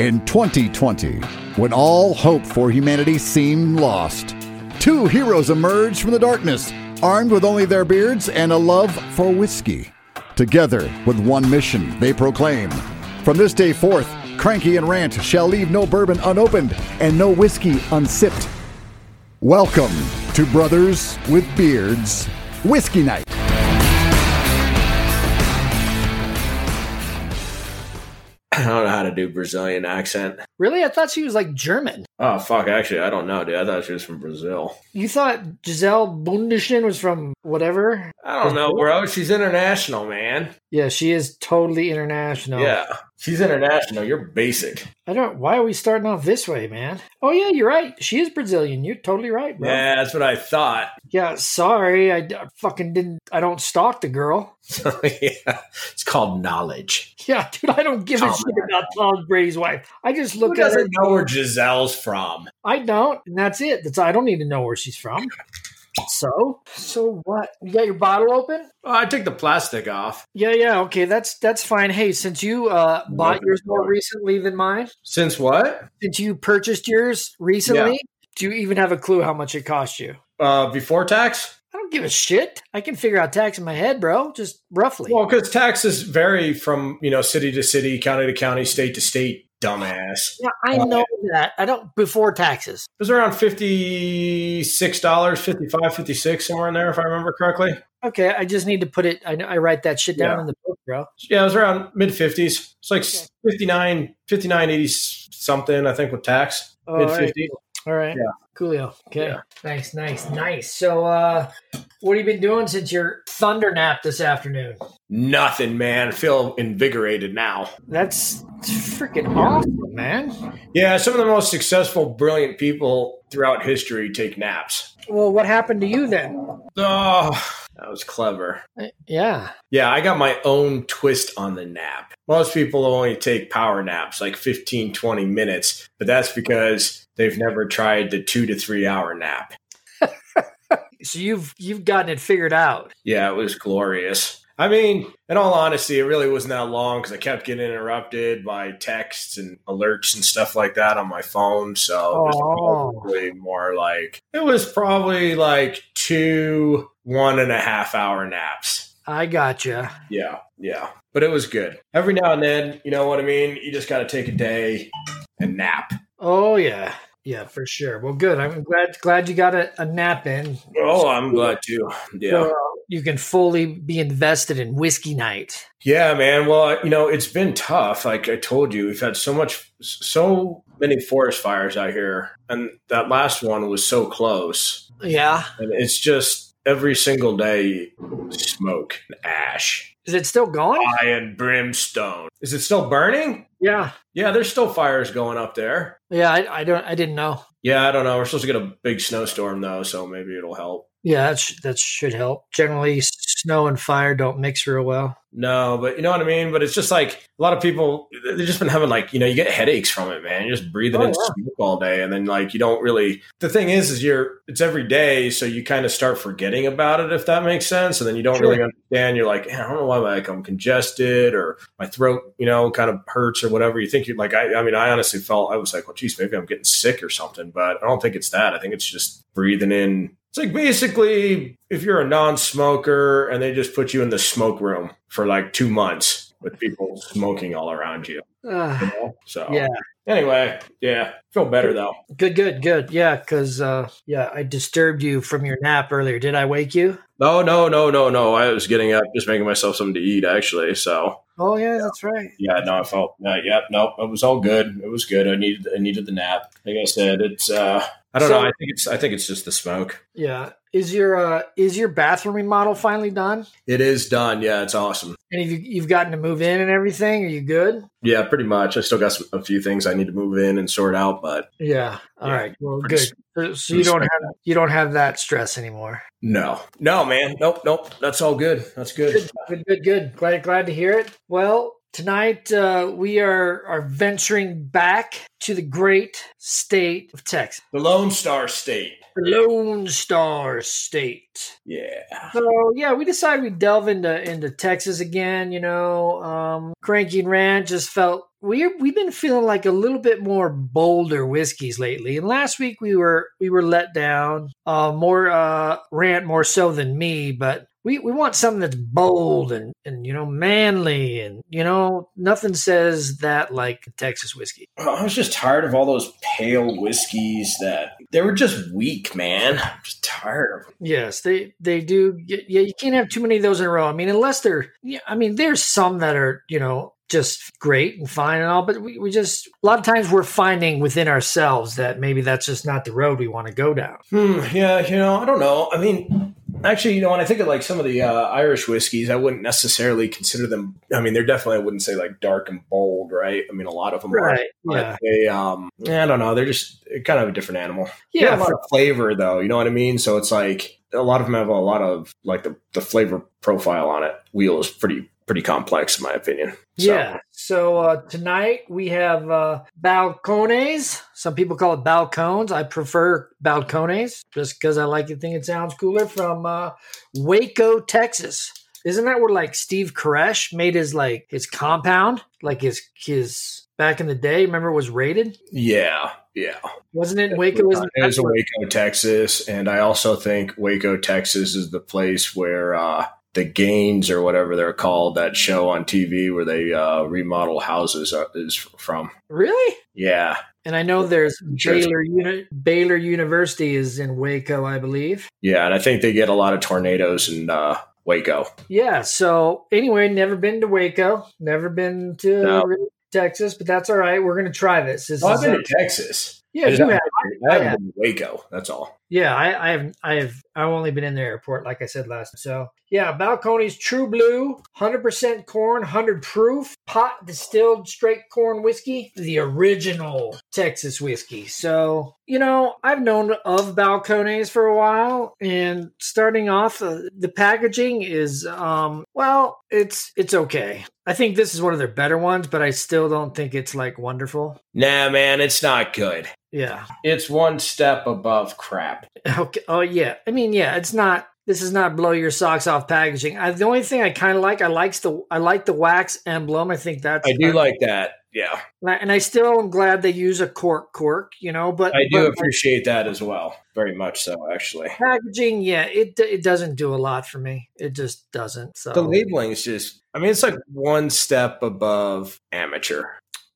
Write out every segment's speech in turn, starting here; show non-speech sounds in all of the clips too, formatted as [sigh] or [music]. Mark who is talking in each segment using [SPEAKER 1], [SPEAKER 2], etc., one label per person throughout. [SPEAKER 1] In 2020, when all hope for humanity seemed lost, two heroes emerged from the darkness, armed with only their beards and a love for whiskey. Together, with one mission, they proclaim From this day forth, Cranky and Rant shall leave no bourbon unopened and no whiskey unsipped. Welcome to Brothers with Beards Whiskey Night.
[SPEAKER 2] [clears throat] I don't know how to do Brazilian accent.
[SPEAKER 3] Really? I thought she was like German.
[SPEAKER 2] Oh fuck, actually, I don't know, dude. I thought she was from Brazil.
[SPEAKER 3] You thought Giselle Bundchen was from whatever?
[SPEAKER 2] I don't know, bro. She's international, man.
[SPEAKER 3] Yeah, she is totally international.
[SPEAKER 2] Yeah, she's international. You're basic.
[SPEAKER 3] I don't why are we starting off this way, man? Oh yeah, you're right. She is Brazilian. You're totally right, bro.
[SPEAKER 2] Yeah, that's what I [laughs] thought.
[SPEAKER 3] Yeah, sorry. I, d- I fucking didn't I don't stalk the girl. [laughs]
[SPEAKER 2] yeah, it's called knowledge.
[SPEAKER 3] Yeah, dude, I don't give a
[SPEAKER 2] Oh,
[SPEAKER 3] shit about Tom Brady's wife. I just
[SPEAKER 2] Who
[SPEAKER 3] look at her.
[SPEAKER 2] doesn't know where Giselle's from?
[SPEAKER 3] I don't, and that's it. That's I don't need to know where she's from. So, so what? You got your bottle open?
[SPEAKER 2] Oh, I took the plastic off.
[SPEAKER 3] Yeah, yeah, okay, that's that's fine. Hey, since you uh bought yours more recently than mine,
[SPEAKER 2] Since what?
[SPEAKER 3] since you purchased yours recently, do you even have a clue how much it cost you?
[SPEAKER 2] Uh, before tax?
[SPEAKER 3] I don't give a shit. I can figure out tax in my head, bro. Just roughly.
[SPEAKER 2] Well, because taxes vary from you know city to city, county to county, state to state. Dumbass. It
[SPEAKER 3] yeah, I know that. I don't before taxes.
[SPEAKER 2] was around fifty-six dollars, fifty-five, fifty-six, somewhere in there, if I remember correctly.
[SPEAKER 3] Okay, I just need to put it. I, I write that shit down
[SPEAKER 2] Yeah.
[SPEAKER 3] in the book, bro.
[SPEAKER 2] Yeah, it was around mid 50s. It's like
[SPEAKER 3] Okay.
[SPEAKER 2] 59, 59, 80 something, I think, with tax.
[SPEAKER 3] Oh,
[SPEAKER 2] mid
[SPEAKER 3] all right.
[SPEAKER 2] 50s.
[SPEAKER 3] All right.
[SPEAKER 2] Yeah.
[SPEAKER 3] Coolio. Okay.
[SPEAKER 2] Yeah.
[SPEAKER 3] Nice, nice, nice. So, uh, what have you been doing since your thunder nap this afternoon?
[SPEAKER 2] Nothing, man. I feel invigorated now.
[SPEAKER 3] That's freaking awesome, man.
[SPEAKER 2] Yeah, some of the most successful, brilliant people throughout history take naps.
[SPEAKER 3] Well, what happened to you then?
[SPEAKER 2] Oh, that was clever.
[SPEAKER 3] Uh, Yeah.
[SPEAKER 2] Yeah, I got my own twist on the nap. Most people only take power naps, like 15, 20 minutes, but that's because they've never tried the two to three hour nap.
[SPEAKER 3] So you've you've gotten it figured out.
[SPEAKER 2] Yeah, it was glorious. I mean, in all honesty, it really wasn't that long because I kept getting interrupted by texts and alerts and stuff like that on my phone. So it was
[SPEAKER 3] Oh.
[SPEAKER 2] probably more like it was probably like two one and a half hour naps.
[SPEAKER 3] I gotcha.
[SPEAKER 2] Yeah, yeah, but it was good. Every now and then, you know what I mean. You just got to take a day and nap.
[SPEAKER 3] Oh yeah, yeah, for sure. Well, good. I'm glad glad you got a, a nap in.
[SPEAKER 2] Oh, I'm glad too. Yeah.
[SPEAKER 3] So, uh, you can fully be invested in whiskey night.
[SPEAKER 2] Yeah, man. Well, you know, it's been tough. Like I told you, we've had so much, so many forest fires out here, and that last one was so close.
[SPEAKER 3] Yeah.
[SPEAKER 2] And it's just every single day, smoke and ash,
[SPEAKER 3] Is it still going?
[SPEAKER 2] fire and brimstone. Is it still burning?
[SPEAKER 3] Yeah.
[SPEAKER 2] Yeah, there's still fires going up there.
[SPEAKER 3] Yeah. I, I don't. I didn't know.
[SPEAKER 2] Yeah, I don't know. We're supposed to get a big snowstorm though, so maybe it'll help.
[SPEAKER 3] Yeah, that, sh- that should help. Generally, snow and fire don't mix real well.
[SPEAKER 2] No, but you know what I mean. But it's just like a lot of people, they've just been having like you know you get headaches from it, man. You're just breathing
[SPEAKER 3] Oh,
[SPEAKER 2] in
[SPEAKER 3] yeah.
[SPEAKER 2] smoke all day, and then like you don't really. The thing is, is you're it's every day, so you kind of start forgetting about it if that makes sense, and then you don't
[SPEAKER 3] Sure.
[SPEAKER 2] really understand. You're like, "Eh, I don't know why like I'm congested or my throat, you know, kind of hurts or whatever. You think you're like I, I mean, I honestly felt I was like, well, geez, maybe I'm getting sick or something, but I don't think it's that. I think it's just breathing in. It's like basically if you're a non-smoker and they just put you in the smoke room for like two months with people smoking all around you.
[SPEAKER 3] Uh,
[SPEAKER 2] you know? So
[SPEAKER 3] yeah.
[SPEAKER 2] Anyway, yeah, feel better though.
[SPEAKER 3] Good. Good. Good. Yeah. Because uh, yeah, I disturbed you from your nap earlier. Did I wake you?
[SPEAKER 2] No, no, no, no, no. I was getting up, just making myself something to eat actually. So
[SPEAKER 3] Oh yeah, that's right.
[SPEAKER 2] yeah, no, I felt uh, yeah, no, it was all good. It was good. I needed I needed the nap. Like I said, it's uh I don't
[SPEAKER 3] So-
[SPEAKER 2] know. I think it's I think it's just the smoke.
[SPEAKER 3] Yeah. Is your uh, is your bathroom remodel finally done?
[SPEAKER 2] It is done. Yeah, it's awesome.
[SPEAKER 3] And have you, you've gotten to move in and everything? Are you good?
[SPEAKER 2] Yeah, pretty much. I still got some, a few things I need to move in and sort out, but
[SPEAKER 3] Yeah. All
[SPEAKER 2] Yeah.
[SPEAKER 3] right. Well,
[SPEAKER 2] Pretty
[SPEAKER 3] good.
[SPEAKER 2] s-
[SPEAKER 3] So- So you don't have you don't have that stress anymore.
[SPEAKER 2] no, no, man, nope, nope. That's all good. That's good.
[SPEAKER 3] Good. Good. Good. good. Glad glad to hear it. Well, Tonight, uh, we are, are venturing back to the great state of Texas,
[SPEAKER 2] The Lone Star State.
[SPEAKER 3] the Lone Star State.
[SPEAKER 2] Yeah.
[SPEAKER 3] So yeah, we decided we delve into into Texas again. You know, um, Cranky and Ranch just felt we we've been feeling like a little bit more bolder whiskeys lately. And last week we were we were let down. Uh, more uh, Rant more so than me, but. We, we want something that's bold and, and you know manly and you know nothing says that like Texas whiskey.
[SPEAKER 2] I was just tired of all those pale whiskeys that they were just weak, man. I'm just tired of them.
[SPEAKER 3] Yes, they they do. y- Yeah, you can't have too many of those in a row. I mean, unless they're. Yeah, I mean, there's some that are you know just great and fine and all, but we, we just a lot of times we're finding within ourselves that maybe that's just not the road we want to go down.
[SPEAKER 2] Hmm, yeah, you know, I don't know. I mean, actually, you know, when I think of like some of the uh, Irish whiskeys, I wouldn't necessarily consider them. I mean, they're definitely, I wouldn't say like dark and bold, right? I mean, a lot of them are. But
[SPEAKER 3] Yeah.
[SPEAKER 2] they, um, I don't know. They're just kind of a different animal. They
[SPEAKER 3] Yeah.
[SPEAKER 2] have a lot of flavor though. You know what I mean? So it's like a lot of them have a lot of like the, the flavor profile on it. Wheel is pretty, pretty complex in my opinion. So,
[SPEAKER 3] Yeah. So uh, tonight we have uh, balcones. Some people call it balcones. I prefer balcones just because I like it. Think it sounds cooler. From uh, Waco, Texas. Isn't that where like Steve Koresh made his like his compound, like his his back in the day? Remember, it was raided.
[SPEAKER 2] Yeah. Yeah.
[SPEAKER 3] Wasn't it in Waco? Isn't
[SPEAKER 2] It was in Uh, Waco, Texas, and I also think Waco, Texas, is the place where uh, the Gaines or whatever they're called that show on TV where they uh, remodel houses uh, is from.
[SPEAKER 3] really?
[SPEAKER 2] Yeah,
[SPEAKER 3] And I know there's
[SPEAKER 2] Sure.
[SPEAKER 3] Baylor Uni- Baylor University is in Waco, I believe.
[SPEAKER 2] yeah, and I think they get a lot of tornadoes in uh, Waco.
[SPEAKER 3] Yeah. So anyway, never been to Waco, never been to
[SPEAKER 2] No. Oh,
[SPEAKER 3] Texas, but that's all right. We're gonna try this. This
[SPEAKER 2] Well,
[SPEAKER 3] is, Oh,
[SPEAKER 2] I've been
[SPEAKER 3] uh,
[SPEAKER 2] to Texas.
[SPEAKER 3] yeah,
[SPEAKER 2] I just
[SPEAKER 3] you have.
[SPEAKER 2] I
[SPEAKER 3] I
[SPEAKER 2] haven't been to Waco. That's all.
[SPEAKER 3] Yeah, I, I have. I have. I've only been in the airport, like I said last. So yeah, Balcones True Blue, hundred percent corn, hundred proof, pot distilled straight corn whiskey, the original Texas whiskey. So you know, I've known of Balcones for a while, and starting off, uh, the packaging is um well, it's it's okay. I think this is one of their better ones, but I still don't think it's like wonderful.
[SPEAKER 2] Nah, man, it's not good.
[SPEAKER 3] Yeah.
[SPEAKER 2] It's one step above crap.
[SPEAKER 3] Okay. Oh yeah. I mean, yeah. It's not. This is not blow your socks off packaging. I, the only thing I kind of like, I likes the I like the wax emblem. I think that's
[SPEAKER 2] I do like that. Yeah,
[SPEAKER 3] and I still am glad they use a cork cork. You know, but
[SPEAKER 2] I do
[SPEAKER 3] but
[SPEAKER 2] appreciate that as well. Very much so, actually.
[SPEAKER 3] the packaging. Yeah, it d- it doesn't do a lot for me. It just doesn't. So
[SPEAKER 2] The labeling is just, I mean, it's like one step above amateur.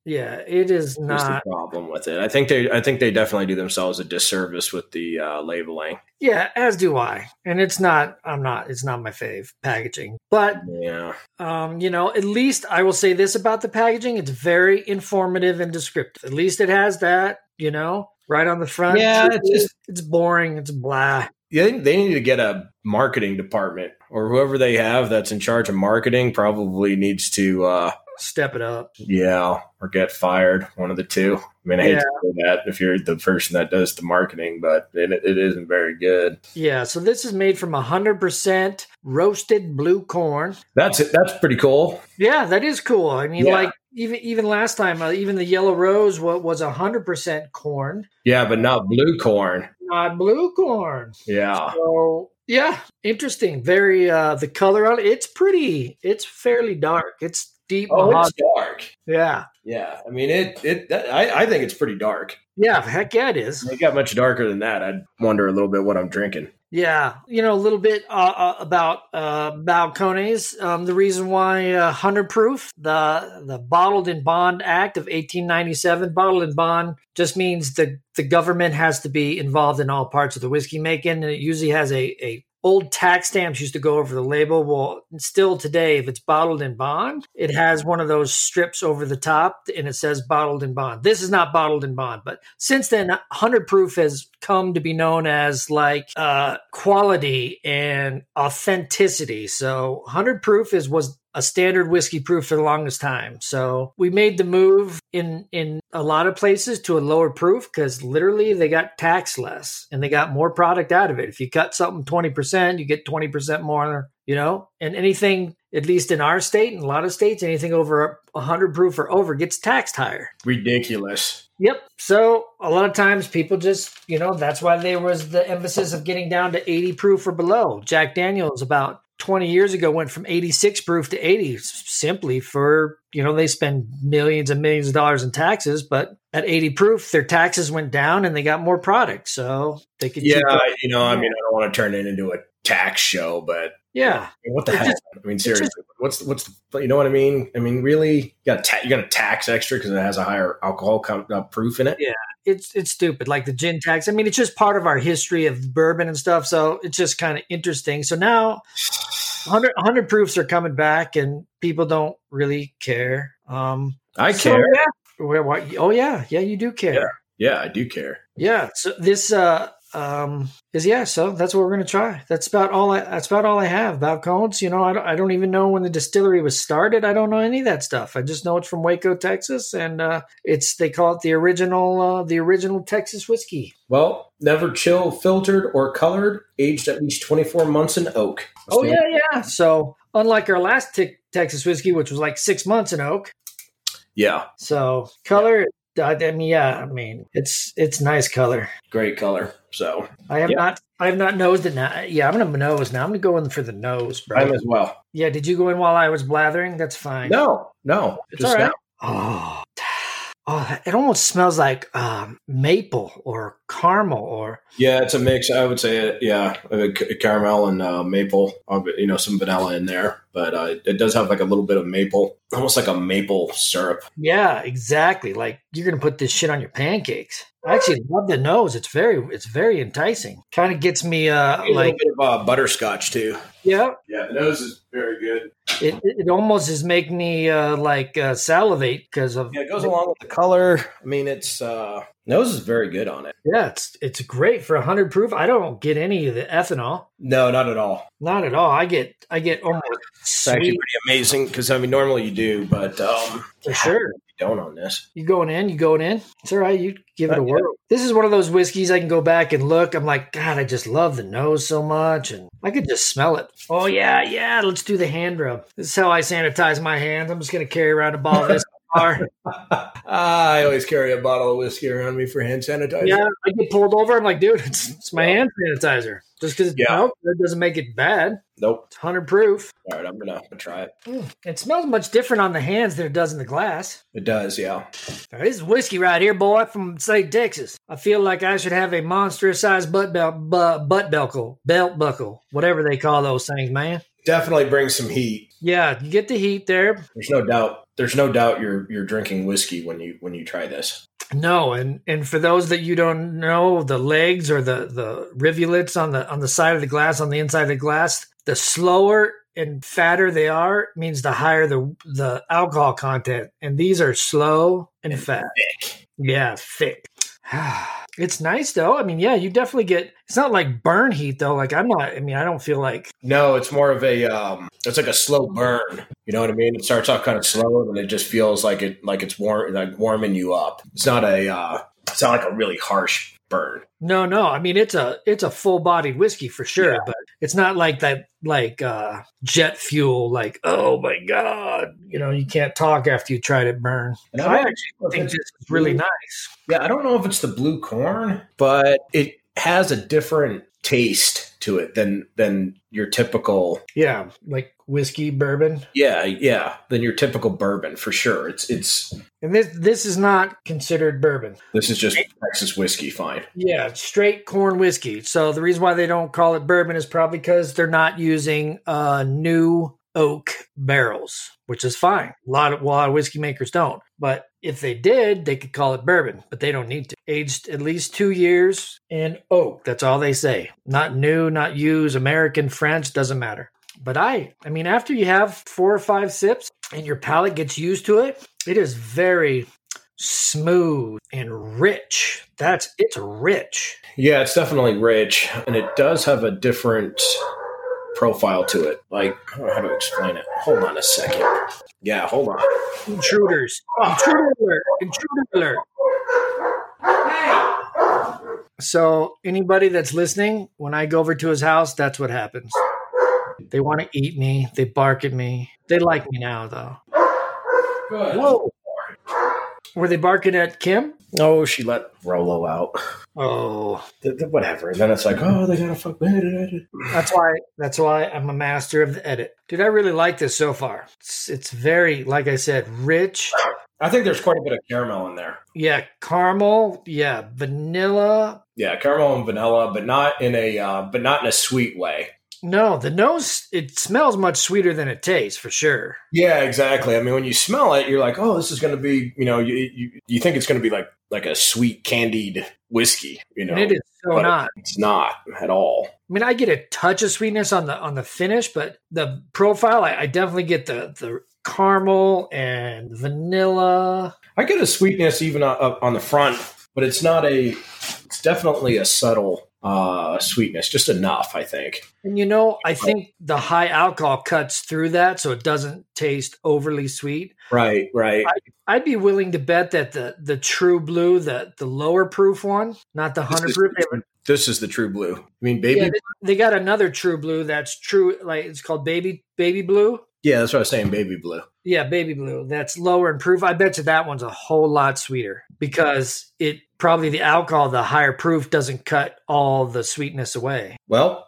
[SPEAKER 3] yeah, it is
[SPEAKER 2] Is the
[SPEAKER 3] not.
[SPEAKER 2] problem with it? I think they, I think they definitely do themselves a disservice with the uh, labeling.
[SPEAKER 3] Yeah, as do I. And it's not. I'm not. It's not my fave packaging. But
[SPEAKER 2] Yeah,
[SPEAKER 3] Um, you know, at least I will say this about the packaging: it's very informative and descriptive. At least it has that, you know, right on the front.
[SPEAKER 2] Yeah, it's just-
[SPEAKER 3] it's boring. It's blah.
[SPEAKER 2] yeah. They, they need to get a marketing department or whoever they have that's in charge of marketing. Probably needs to, uh,
[SPEAKER 3] Step it up.
[SPEAKER 2] yeah, or get fired. One of the two. I mean, I hate
[SPEAKER 3] Yeah.
[SPEAKER 2] to say that if you're the person that does the marketing, but it, it isn't very good.
[SPEAKER 3] Yeah. So this is made from hundred percent roasted blue corn.
[SPEAKER 2] That's it. That's pretty cool.
[SPEAKER 3] Yeah, that is cool. I mean,
[SPEAKER 2] Yeah.
[SPEAKER 3] like even even last time, uh, even the yellow rose wa- was hundred percent corn,
[SPEAKER 2] Yeah, but not blue corn.
[SPEAKER 3] not blue corn.
[SPEAKER 2] Yeah.
[SPEAKER 3] So yeah, interesting. Very uh the color on it. It's pretty. It's fairly dark. It's deep.
[SPEAKER 2] Oh,
[SPEAKER 3] mahogany.
[SPEAKER 2] it's dark.
[SPEAKER 3] yeah.
[SPEAKER 2] Yeah, I mean it. It that, I, I think it's pretty dark.
[SPEAKER 3] Yeah, heck yeah, it
[SPEAKER 2] If
[SPEAKER 3] is.
[SPEAKER 2] it got much darker than that, I'd wonder a little bit what I'm drinking.
[SPEAKER 3] Yeah, you know a little bit uh, uh, about uh, balcones. Um, the reason why uh, hundred proof, the the Bottled and Bond Act of eighteen ninety seven. Bottled and bond just means the the government has to be involved in all parts of the whiskey making, and it usually has a a old tax stamps used to go over the label. Well, still today, if it's bottled in bond, it has one of those strips over the top and it says bottled in bond. This is not bottled in bond, but since then, 100 proof has come to be known as like uh, quality and authenticity. So 100 proof is was a standard whiskey proof for the longest time. So we made the move in in a lot of places to a lower proof because literally they got taxed less and they got more product out of it. If you cut something twenty percent, you get twenty percent more. You know, and anything at least in our state and a lot of states, anything over 100 proof or over gets taxed higher.
[SPEAKER 2] Ridiculous.
[SPEAKER 3] Yep. So a lot of times people just, you know, that's why there was the emphasis of getting down to 80 proof or below. Jack Daniels about 20 years ago went from 86 proof to 80 simply for, you know, they spend millions and millions of dollars in taxes, but at 80 proof, their taxes went down and they got more product. So they could,
[SPEAKER 2] Yeah,
[SPEAKER 3] keep up.
[SPEAKER 2] you know, I mean, I don't want to turn it into a tax show, but
[SPEAKER 3] Yeah.
[SPEAKER 2] I mean, what the
[SPEAKER 3] It's
[SPEAKER 2] hell?
[SPEAKER 3] just-
[SPEAKER 2] I mean,
[SPEAKER 3] it's
[SPEAKER 2] seriously, what's the, what's the, you know what I mean? I mean, really, you got ta- you got to tax extra because it has a higher alcohol con- uh, proof in it.
[SPEAKER 3] it's it's stupid like the gin tax i mean it's just part of our history of bourbon and stuff so it's just kind of interesting so now 100, 100 proofs are coming back and people don't really care um
[SPEAKER 2] I
[SPEAKER 3] so,
[SPEAKER 2] care.
[SPEAKER 3] yeah. Where- why- oh yeah yeah you do care yeah,
[SPEAKER 2] yeah, I do care.
[SPEAKER 3] so this uh um is yeah so that's what we're gonna try that's about all i that's about all i have about cones you know I don't, I don't even know when the distillery was started i don't know any of that stuff i just know it's from waco texas and uh it's they call it the original uh the original texas whiskey
[SPEAKER 2] Well, never chill, filtered or colored, aged at least 24 months in oak. That's
[SPEAKER 3] Oh
[SPEAKER 2] the-
[SPEAKER 3] yeah, yeah. So unlike our last Te- Texas whiskey, which was like six months in oak,
[SPEAKER 2] Yeah,
[SPEAKER 3] so color. I I mean, yeah. I mean, it's it's nice color.
[SPEAKER 2] great color. So
[SPEAKER 3] I have
[SPEAKER 2] Yeah.
[SPEAKER 3] not, I have not nosed it now. Yeah, I'm gonna nose now. I'm gonna go in for the nose, bro.
[SPEAKER 2] I'm as well.
[SPEAKER 3] yeah, did you go in while I was blathering? That's fine.
[SPEAKER 2] No, no,
[SPEAKER 3] It's
[SPEAKER 2] just
[SPEAKER 3] all right.
[SPEAKER 2] now.
[SPEAKER 3] Oh, [sighs] oh, it almost smells like um, maple or caramel or
[SPEAKER 2] Yeah, it's a mix. I would say, uh, yeah, uh, c- caramel and uh, maple. uh, You know, some vanilla in there, but uh, it does have like a little bit of maple, almost like a maple syrup.
[SPEAKER 3] yeah, exactly. Like you're gonna put this shit on your pancakes. I actually love the nose. It's very, it's very enticing. Kind of gets me uh
[SPEAKER 2] a
[SPEAKER 3] like
[SPEAKER 2] little bit of uh, butterscotch too.
[SPEAKER 3] yeah,
[SPEAKER 2] Yeah, the nose is very good.
[SPEAKER 3] It, it almost is making me uh, like uh, salivate because of
[SPEAKER 2] Yeah, it goes along with the color. I mean, it's uh, nose is very good on it.
[SPEAKER 3] yeah it's it's great for hundred proof. I don't get any of the ethanol,
[SPEAKER 2] No, not at all.
[SPEAKER 3] not at all. I get I get almost
[SPEAKER 2] It's actually
[SPEAKER 3] sweet
[SPEAKER 2] pretty amazing because I mean, normally you do, but um,
[SPEAKER 3] for sure.
[SPEAKER 2] you don't on this.
[SPEAKER 3] You going in? You going in? It's all right. You give it
[SPEAKER 2] Uh,
[SPEAKER 3] a
[SPEAKER 2] yeah.
[SPEAKER 3] whirl. This is one of those whiskeys I can go back and look. I'm like, God, I just love the nose so much, and I could just smell it. Oh yeah, yeah. Let's do the hand rub. This is how I sanitize my hands. I'm just gonna carry around a ball
[SPEAKER 2] [laughs]
[SPEAKER 3] of this. Bar.
[SPEAKER 2] Ah, I always carry a bottle of whiskey around me for hand sanitizer.
[SPEAKER 3] Yeah, I get pulled over. I'm like, dude, it's, it's my hand sanitizer. Just because
[SPEAKER 2] Yeah.
[SPEAKER 3] it doesn't make it bad.
[SPEAKER 2] Nope.
[SPEAKER 3] It's 100 proof. Mm,
[SPEAKER 2] All right, I'm gonna try it.
[SPEAKER 3] It smells much different on the hands than it does in the glass.
[SPEAKER 2] It does, yeah.
[SPEAKER 3] Now, this is whiskey right here, boy, from St. Texas. I feel like I should have a monstrous sized butt belt, bu- butt buckle, belt buckle, whatever they call those things, man.
[SPEAKER 2] Definitely brings some heat.
[SPEAKER 3] Yeah, you get the heat there.
[SPEAKER 2] There's no doubt. There's no doubt you're you're drinking whiskey when you when you try this.
[SPEAKER 3] No, and and for those that you don't know, the legs or the the rivulets on the on the side of the glass, on the inside of the glass, the slower and fatter they are means the higher the the alcohol content, and these are slow and fat.
[SPEAKER 2] Thick.
[SPEAKER 3] Yeah, thick. [sighs] It's nice though. I mean, yeah, you definitely get. It's not like burn heat though. Like I'm not. I mean, I don't feel like.
[SPEAKER 2] No, it's more of a um it's like a slow burn. You know what I mean? It starts off kind of slow and it just feels like it like it's warm like warming you up. It's not a uh it's not like a really harsh burn.
[SPEAKER 3] No, no. I mean, it's a it's a full bodied whiskey for sure,
[SPEAKER 2] Yeah.
[SPEAKER 3] but it's not like that like uh jet fuel. Like oh my god, you know, you can't talk after you tried it burn.
[SPEAKER 2] And
[SPEAKER 3] I
[SPEAKER 2] don't
[SPEAKER 3] actually
[SPEAKER 2] know
[SPEAKER 3] I
[SPEAKER 2] if
[SPEAKER 3] think
[SPEAKER 2] it's-
[SPEAKER 3] this is really nice.
[SPEAKER 2] Yeah, I don't know if it's the blue corn, but it has a different taste to it than than your typical
[SPEAKER 3] Yeah, like whiskey bourbon.
[SPEAKER 2] yeah yeah than your typical bourbon for sure it's it's
[SPEAKER 3] And this this is not considered bourbon.
[SPEAKER 2] this is just texas whiskey fine
[SPEAKER 3] Yeah, it's straight corn whiskey. So the reason why they don't call it bourbon is probably because they're not using uh, new oak barrels, which is fine. A lot of, a lot of whiskey makers don't, but if they did, they could call it bourbon, but they don't need to. Aged at least two years in oak. That's all they say. Not new, not used, American, French, doesn't matter. But I, I mean, after you have four or five sips and your palate gets used to it, it is very smooth and rich. That's it's rich.
[SPEAKER 2] yeah it's definitely rich and it does have a different profile to it like i don't know how to explain it hold on a second yeah hold on
[SPEAKER 3] Intruders. Intruder alert. Intruder alert. So anybody that's listening, when I go over to his house, that's what happens. They want to eat me. They bark at me. They like me now, though. Whoa. Were they barking at Kim?
[SPEAKER 2] Oh, she let Rolo out.
[SPEAKER 3] Oh,
[SPEAKER 2] Th- th- Whatever. And then it's like, oh, they gotta fuck me.
[SPEAKER 3] that's why. That's why I'm a master of the edit, dude. I really like this so far. It's, it's very, like I said, rich.
[SPEAKER 2] I think there's quite a bit of caramel in there.
[SPEAKER 3] Yeah, caramel. Yeah, vanilla.
[SPEAKER 2] Yeah, caramel and vanilla, but not in a uh, but not in a sweet way.
[SPEAKER 3] No, the nose. It smells much sweeter than it tastes, for sure.
[SPEAKER 2] Yeah, exactly. I mean, when you smell it, you're like, oh, this is going to be, you know, you, you you think it's going to be like like a sweet candied whiskey, you know?
[SPEAKER 3] and it is so
[SPEAKER 2] but
[SPEAKER 3] not.
[SPEAKER 2] It's not at all.
[SPEAKER 3] I mean, I get a touch of sweetness on the on the finish, but the profile, I, I definitely get the the caramel and vanilla.
[SPEAKER 2] I get a sweetness even up- up on the front, but it's not a. It's definitely a subtle uh sweetness, just enough, I think.
[SPEAKER 3] And you know, I think the high alcohol cuts through that, so it doesn't taste overly sweet.
[SPEAKER 2] Right, right.
[SPEAKER 3] I'd be willing to bet that the the True Blue, the the lower proof one, not the
[SPEAKER 2] This
[SPEAKER 3] hundred
[SPEAKER 2] is-
[SPEAKER 3] proof,
[SPEAKER 2] This is the true blue. I mean,
[SPEAKER 3] they,
[SPEAKER 2] baby.
[SPEAKER 3] yeah,
[SPEAKER 2] Yeah,
[SPEAKER 3] they, they got another True Blue that's true, like it's called Baby Baby Blue.
[SPEAKER 2] that's what I was saying. Baby blue.
[SPEAKER 3] Yeah, baby blue. That's lower in proof. I bet you that one's a whole lot sweeter because it probably the alcohol, the higher proof, doesn't cut all the sweetness away.
[SPEAKER 2] Well,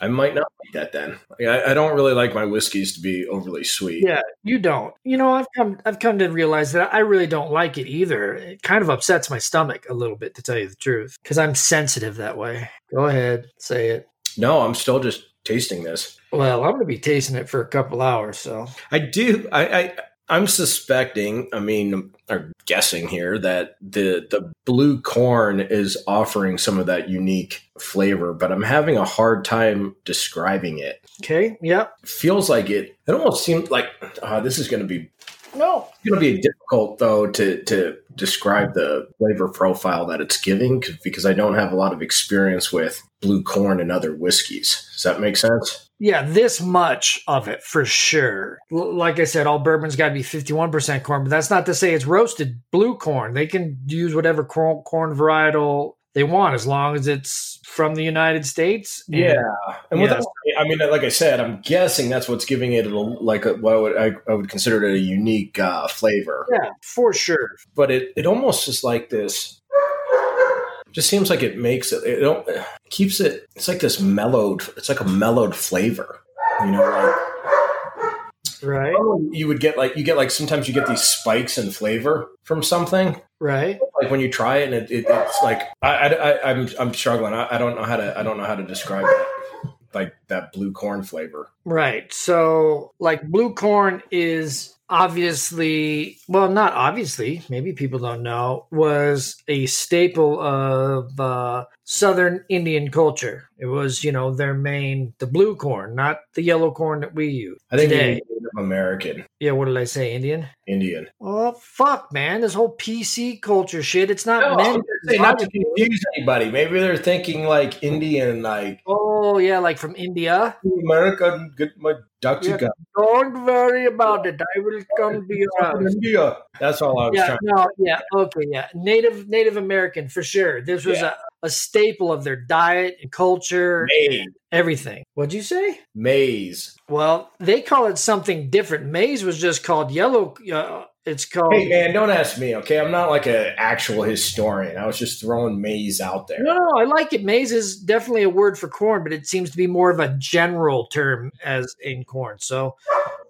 [SPEAKER 2] I might not like that then. I, I don't really like my whiskeys to be overly sweet.
[SPEAKER 3] Yeah, you don't. You know, I've come I've come to realize that I really don't like it either. It kind of upsets my stomach a little bit, to tell you the truth, because I'm sensitive that way. Go ahead, say it.
[SPEAKER 2] No, I'm still just tasting this.
[SPEAKER 3] Well, I'm going to be tasting it for a couple hours, so
[SPEAKER 2] I do. I, I I'm suspecting. I mean, or guessing here that the the blue corn is offering some of that unique flavor, but I'm having a hard time describing it.
[SPEAKER 3] okay, yep.
[SPEAKER 2] Feels like it. It almost seems like uh, this is going to be
[SPEAKER 3] No,
[SPEAKER 2] it's going to be difficult though to to describe the flavor profile that it's giving 'cause- because I don't have a lot of experience with blue corn and other whiskeys. Does that make sense?
[SPEAKER 3] Yeah, this much of it for sure. L- like I said, all bourbon's got to be 51% corn, but that's not to say it's roasted blue corn. They can use whatever corn, corn varietal they want as long as it's from the United States. And-
[SPEAKER 2] And without, I mean, like I said, I'm guessing that's what's giving it a, like a, what I would, I, I would consider it a unique uh, flavor.
[SPEAKER 3] Yeah, for sure.
[SPEAKER 2] But it, it almost is like this. Just seems like it makes it. It don't it keeps it. It's like this mellowed. It's like a mellowed flavor. You know, like
[SPEAKER 3] Right.
[SPEAKER 2] you would get like you get like sometimes you get these spikes in flavor from something.
[SPEAKER 3] Right.
[SPEAKER 2] Like when you try it, and it, it, it's like I, I, I I'm I'm struggling. I, I don't know how to I don't know how to describe it. Like that blue corn flavor.
[SPEAKER 3] Right. So, like, blue corn is obviously, well, not obviously, maybe people don't know, was a staple of uh, Southern Indian culture. It was, you know, their main, the blue corn, not the yellow corn that we use.
[SPEAKER 2] I think
[SPEAKER 3] Today.
[SPEAKER 2] even Native American
[SPEAKER 3] Yeah, what did I say, Indian?
[SPEAKER 2] Indian.
[SPEAKER 3] Oh, fuck, man. This whole PC culture shit, it's not
[SPEAKER 2] No,
[SPEAKER 3] meant.
[SPEAKER 2] not to confuse anybody. Maybe they're thinking like Indian, like
[SPEAKER 3] Oh, yeah, like from India.
[SPEAKER 2] America. Get my ducks
[SPEAKER 3] Yeah. Don't worry about it. I will come to your
[SPEAKER 2] [laughs]
[SPEAKER 3] house.
[SPEAKER 2] India. That's all I was
[SPEAKER 3] Oh. yeah,
[SPEAKER 2] trying.
[SPEAKER 3] no, yeah, okay, yeah. Native Native American for sure. This was
[SPEAKER 2] Yeah.
[SPEAKER 3] a, a staple of their diet and culture,
[SPEAKER 2] Maize,
[SPEAKER 3] everything. What'd you say?
[SPEAKER 2] maize.
[SPEAKER 3] Well, they call it something different. Maize was just called yellow. Uh, it's called.
[SPEAKER 2] Hey man, don't ask me. Okay, I'm not like an actual historian. I was just throwing maize out there.
[SPEAKER 3] no, no, I like it. Maize is definitely a word for corn, but it seems to be more of a general term as in corn. So,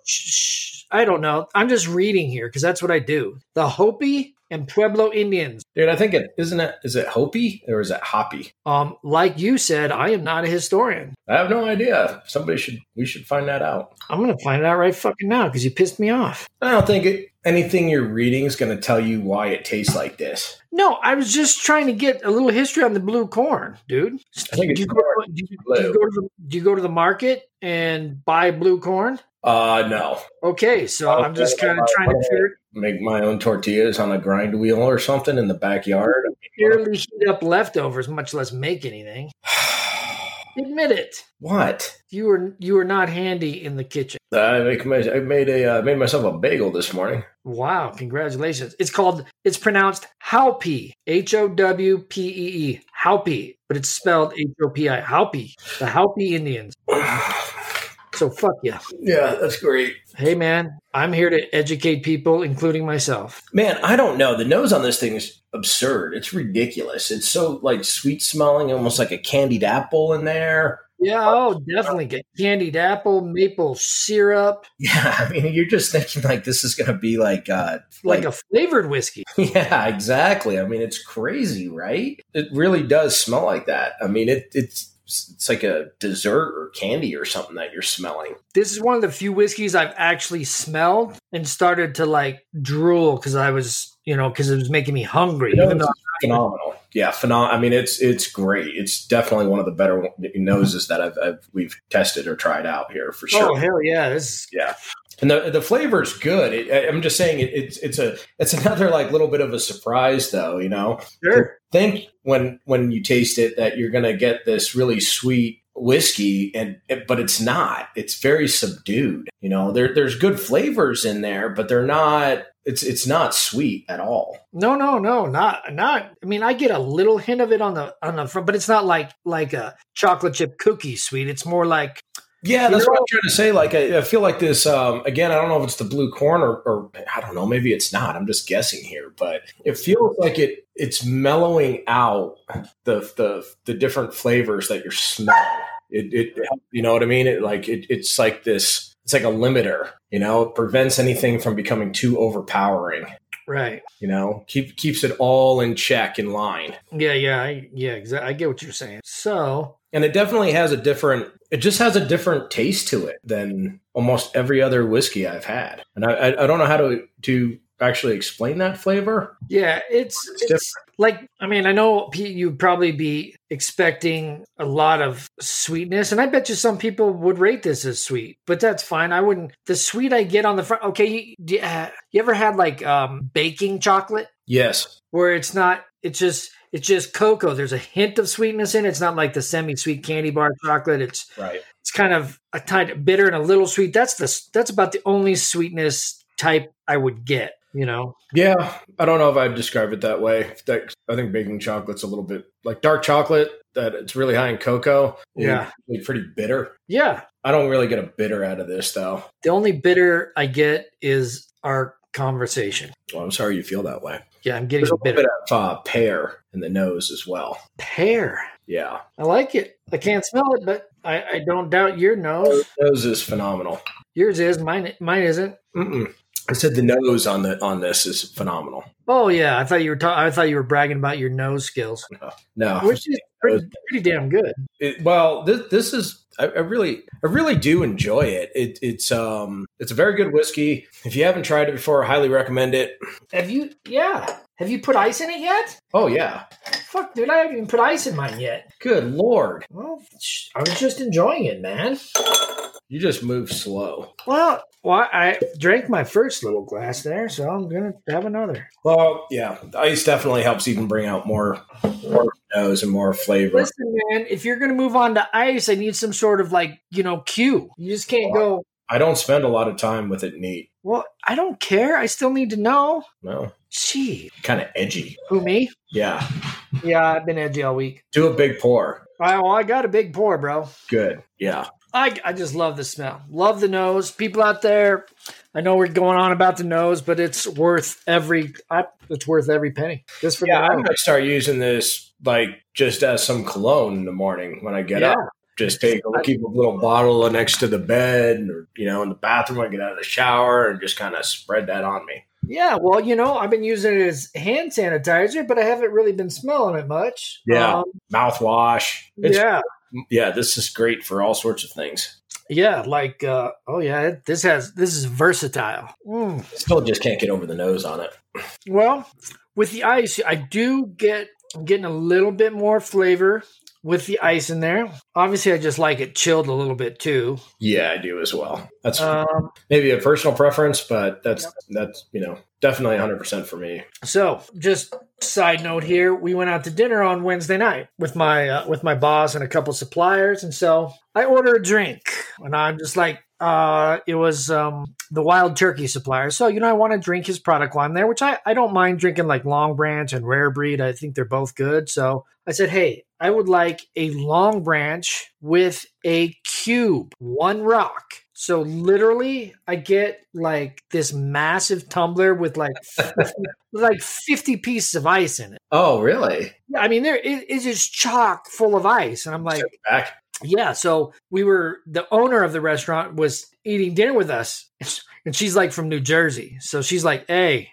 [SPEAKER 3] shh, I don't know. I'm just reading here because that's what I do. The Hopi and Pueblo Indians
[SPEAKER 2] Dude, I think it isn't it is it Hopi or is it Hoppy?
[SPEAKER 3] Um, like you said, I am not a historian.
[SPEAKER 2] I have no idea. Somebody should we should find that out.
[SPEAKER 3] I'm gonna find out right fucking now because you pissed me off.
[SPEAKER 2] I don't think it, anything you're reading is going to tell you why it tastes like this.
[SPEAKER 3] No, I was just trying to get a little history on the blue corn, dude.
[SPEAKER 2] I think
[SPEAKER 3] do, you
[SPEAKER 2] it's
[SPEAKER 3] go, do, you, do you go to the, do you go to the market and buy blue corn?
[SPEAKER 2] Uh no.
[SPEAKER 3] Okay, so
[SPEAKER 2] Oh,
[SPEAKER 3] I'm just kind of
[SPEAKER 2] uh,
[SPEAKER 3] trying to
[SPEAKER 2] uh,
[SPEAKER 3] fair-
[SPEAKER 2] Make my own tortillas on a grind wheel or something in the backyard. [sighs]
[SPEAKER 3] fairly heat up leftovers, much less make anything. Admit it,
[SPEAKER 2] what?
[SPEAKER 3] you were you were not handy in the kitchen.
[SPEAKER 2] I make my, I made a uh, made myself a bagel this morning. [sighs]
[SPEAKER 3] Wow, congratulations. It's called, it's pronounced Howpie, H O W P E E, E Howpie, but it's spelled H O P I, Howpie, the Howpie Indians. So fuck you.
[SPEAKER 2] Yeah, that's great.
[SPEAKER 3] Hey, man, I'm here to educate people, including myself.
[SPEAKER 2] Man, I don't know. The nose on this thing is absurd. It's ridiculous. It's so like sweet smelling, almost like a candied apple in there. [laughs]
[SPEAKER 3] Yeah, oh, definitely get candied apple, maple syrup,
[SPEAKER 2] Yeah, I mean, you're just thinking like this is going to be like, uh,
[SPEAKER 3] like a flavored whiskey.
[SPEAKER 2] [laughs] yeah, exactly. I mean, it's crazy, right? It really does smell like that. I mean, it it's it's like a dessert or candy or something that you're smelling.
[SPEAKER 3] This is one of the few whiskeys I've actually smelled and started to like drool because I was, you know, because it was making me hungry.
[SPEAKER 2] Yeah.
[SPEAKER 3] Even though
[SPEAKER 2] Phenomenal. Yeah, phenom- I mean, it's it's great. It's definitely one of the better noses that I've, I've we've tested or tried out here for sure.
[SPEAKER 3] Oh hell yeah! This
[SPEAKER 2] Yeah. And the the flavor's good. It, I- I'm just saying it, it's it's a it's [laughs] another like little bit of a surprise though, you know.
[SPEAKER 3] sure.
[SPEAKER 2] Think when when you taste it that you're going to get this really sweet whiskey and but it's not. It's very subdued. You know, there there's good flavors in there, but they're not it's it's not sweet at all.
[SPEAKER 3] No, no, no, not not. I mean, I get a little hint of it on the on the front, but it's not like like a chocolate chip cookie sweet. It's more like
[SPEAKER 2] Yeah, that's what I'm trying to say. Like, I, I feel like this. Um, again, I don't know if it's the blue corn or, or I don't know. Maybe it's not. I'm just guessing here, but it feels like it. It's mellowing out the the the different flavors that you're smelling. It, it you know what I mean? It like it, it's like this. It's like a limiter. You know, it prevents anything from becoming too overpowering.
[SPEAKER 3] right.
[SPEAKER 2] You know, keep keeps it all in check in line.
[SPEAKER 3] Yeah, yeah, I, yeah. Exactly. I get what you're saying. So
[SPEAKER 2] And it definitely has a different. It just has a different taste to it than almost every other whiskey I've had. And I, I, I don't know how to to actually explain that flavor.
[SPEAKER 3] yeah, it's
[SPEAKER 2] It's
[SPEAKER 3] it's, like I mean, I know Pete, you'd probably be expecting a lot of sweetness, and I bet you some people would rate this as sweet, but that's fine. I wouldn't. The sweet I get on the front. Okay, you, do you- uh, you ever had like um, baking chocolate?
[SPEAKER 2] Yes.
[SPEAKER 3] where it's not it's just it's just cocoa there's a hint of sweetness in it. it's not like the semi-sweet candy bar chocolate it's
[SPEAKER 2] Right.
[SPEAKER 3] it's kind of a tiny bitter and a little sweet that's the that's about the only sweetness type i would get you know
[SPEAKER 2] Yeah. I don't know if I'd describe it that way. That, I think baking chocolate's a little bit like dark chocolate. That it's really high in cocoa.
[SPEAKER 3] Yeah.
[SPEAKER 2] It's pretty bitter.
[SPEAKER 3] yeah
[SPEAKER 2] I don't really get a bitter out of this though.
[SPEAKER 3] the only bitter i get is our conversation
[SPEAKER 2] Well, I'm sorry you feel that way.
[SPEAKER 3] yeah i'm getting
[SPEAKER 2] There's a little
[SPEAKER 3] bitter
[SPEAKER 2] bit of uh, pear in the nose as well.
[SPEAKER 3] pear
[SPEAKER 2] Yeah.
[SPEAKER 3] i like it i can't smell it but i, I don't doubt your nose
[SPEAKER 2] Nose is phenomenal.
[SPEAKER 3] yours is mine mine isn't
[SPEAKER 2] Mm-mm. I said the nose on the on this is phenomenal.
[SPEAKER 3] oh yeah i thought you were ta- i thought you were bragging about your nose
[SPEAKER 2] [laughs]
[SPEAKER 3] skills
[SPEAKER 2] No,
[SPEAKER 3] which is pretty, pretty damn good
[SPEAKER 2] It- well, this this is I, I really I really do enjoy it. it. It's um it's a very good whiskey. If you haven't tried it before, I highly recommend it.
[SPEAKER 3] Have you? Yeah. Have you put ice in it yet?
[SPEAKER 2] Oh yeah,
[SPEAKER 3] Fuck, dude, I haven't even put ice in mine yet.
[SPEAKER 2] good lord,
[SPEAKER 3] Well, sh- I was just enjoying it, man.
[SPEAKER 2] you just move slow.
[SPEAKER 3] Well, well, I drank my first little glass there, so I'm gonna have another.
[SPEAKER 2] Well, yeah, ice definitely helps even bring out more more nose and more flavor.
[SPEAKER 3] Listen, man, if you're gonna move on to ice, I need some sort of like you know cue. You just can't go.
[SPEAKER 2] I don't spend a lot of time with it neat.
[SPEAKER 3] Well, I don't care. I still need to know.
[SPEAKER 2] No,
[SPEAKER 3] Gee,
[SPEAKER 2] kind of edgy.
[SPEAKER 3] who me?
[SPEAKER 2] Yeah,
[SPEAKER 3] Yeah, I've been edgy all week.
[SPEAKER 2] do a big pour.
[SPEAKER 3] All right, well, I got a big pour, bro.
[SPEAKER 2] Good. Yeah.
[SPEAKER 3] I, I just love the smell. Love the nose. People out there, I know we're going on about the nose, but it's worth every I, it's worth every penny. Just for
[SPEAKER 2] Yeah,
[SPEAKER 3] the
[SPEAKER 2] I'm
[SPEAKER 3] nose.
[SPEAKER 2] gonna start using this like just as some cologne in the morning when I get
[SPEAKER 3] Yeah.
[SPEAKER 2] up. Just take a, keep a little bottle next to the bed, or you know, in the bathroom. when I get out of the shower and just kind of spread that on me.
[SPEAKER 3] Yeah, well, you know, I've been using it as hand sanitizer, but I haven't really been smelling it much.
[SPEAKER 2] Yeah.
[SPEAKER 3] Um,
[SPEAKER 2] Mouthwash. It's,
[SPEAKER 3] yeah.
[SPEAKER 2] yeah, this is great for all sorts of things.
[SPEAKER 3] Yeah, like uh, oh yeah, it, this has this is versatile. Mm.
[SPEAKER 2] Still, just can't get over the nose on it.
[SPEAKER 3] Well, with the ice, I do get I'm getting a little bit more flavor with the ice in there. Obviously, I just like it chilled a little bit too.
[SPEAKER 2] Yeah, I do as well. That's
[SPEAKER 3] Um,
[SPEAKER 2] maybe a personal preference, but that's that's you know definitely 100 percent for me.
[SPEAKER 3] so, just side note here, we went out to dinner on Wednesday night with my uh, with my boss and a couple suppliers, and so I order a drink, and I'm just like. uh, it was um, the Wild Turkey supplier. So, you know, I want to drink his product while I'm there, which I, I don't mind drinking like Long Branch and Rare Breed. I think they're both good. So I said, hey, I would like a Long Branch with a cube, one rock. So literally, I get like this massive tumbler with like with, like fifty pieces of ice in it.
[SPEAKER 2] Oh, really?
[SPEAKER 3] Yeah, I mean, there it, it's just chock full of ice, and I'm like,
[SPEAKER 2] Back.
[SPEAKER 3] yeah. So we were the owner of the restaurant was eating dinner with us, [laughs] and she's like from New Jersey, so she's like, hey.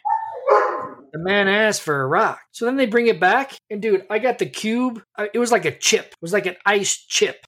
[SPEAKER 3] The man asked for a rock. So then they bring it back. And dude, I got the cube. I- It was like a chip. It was like an ice chip.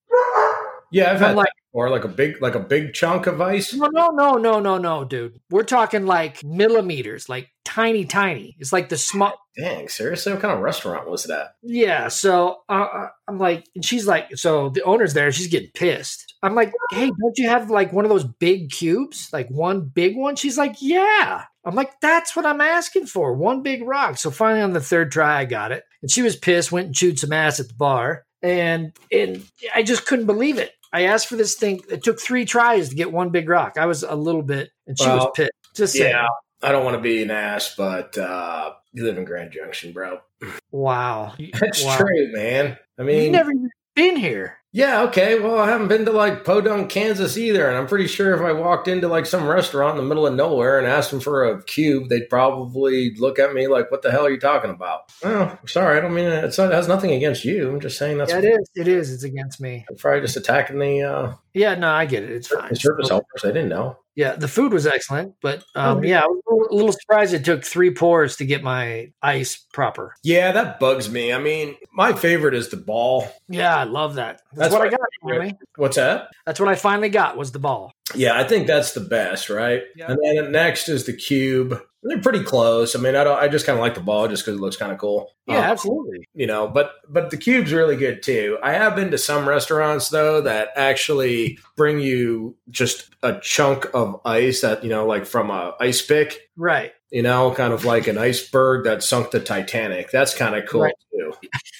[SPEAKER 2] Yeah, I've
[SPEAKER 3] I'm
[SPEAKER 2] had
[SPEAKER 3] like,
[SPEAKER 2] or like a big like a big chunk of ice.
[SPEAKER 3] No, no, no, no, no, no, dude. We're talking like millimeters, like tiny, tiny. It's like the small.
[SPEAKER 2] Dang, seriously, what kind of restaurant was that?
[SPEAKER 3] Yeah. So uh, uh, I'm like, and she's like, so the owner's there. She's getting pissed. I'm like, hey, don't you have like one of those big cubes, like one big one? She's like, yeah. I'm like, that's what I'm asking for, one big rock. So finally, on the third try, I got it, and she was pissed. Went and chewed some ass at the bar, and and I just couldn't believe it. I asked for this thing. It took three tries to get one big rock. I was a little bit, and she was
[SPEAKER 2] Well,
[SPEAKER 3] pissed. Just saying.
[SPEAKER 2] Yeah, I don't want to be an ass, but uh you live in Grand Junction, bro. [laughs]
[SPEAKER 3] Wow.
[SPEAKER 2] That's
[SPEAKER 3] wow.
[SPEAKER 2] true, man. I
[SPEAKER 3] You've
[SPEAKER 2] mean,
[SPEAKER 3] never even been here.
[SPEAKER 2] yeah, okay. Well, I haven't been to like Podunk, Kansas either, and I'm pretty sure if I walked into like some restaurant in the middle of nowhere and asked them for a cube, they'd probably look at me like, "What the hell are you talking about?" Oh, I'm sorry, I don't mean it. It's not, it has nothing against you. I'm just saying that's
[SPEAKER 3] Yeah, it is. It is. It's against me.
[SPEAKER 2] probably just attacking the uh,
[SPEAKER 3] Yeah, no, I get it. It's fine.
[SPEAKER 2] the service helpers. I didn't know.
[SPEAKER 3] Yeah, the food was excellent, but um,
[SPEAKER 2] Okay.
[SPEAKER 3] yeah, I was a little- a little surprised it took three pours to get my ice proper.
[SPEAKER 2] Yeah, that bugs me. I mean, my favorite is the ball.
[SPEAKER 3] Yeah, I love that.
[SPEAKER 2] That's
[SPEAKER 3] That's, what I
[SPEAKER 2] right.
[SPEAKER 3] got. Finally.
[SPEAKER 2] What's that?
[SPEAKER 3] That's what I finally got was the ball.
[SPEAKER 2] Yeah, I think that's the best, right?
[SPEAKER 3] Yeah.
[SPEAKER 2] And then next is the cube. They're pretty close. I mean, I don't. I just kind of like the ball just because it looks kind of cool.
[SPEAKER 3] Yeah,
[SPEAKER 2] Uh,
[SPEAKER 3] Oh, absolutely.
[SPEAKER 2] you know. But but the cube's really good too. I have been to some restaurants though that actually bring you just a chunk of ice that you know, like from a ice pick.
[SPEAKER 3] Right.
[SPEAKER 2] You know, kind of like an iceberg that sunk the Titanic. That's kind of cool
[SPEAKER 3] Right.
[SPEAKER 2] too.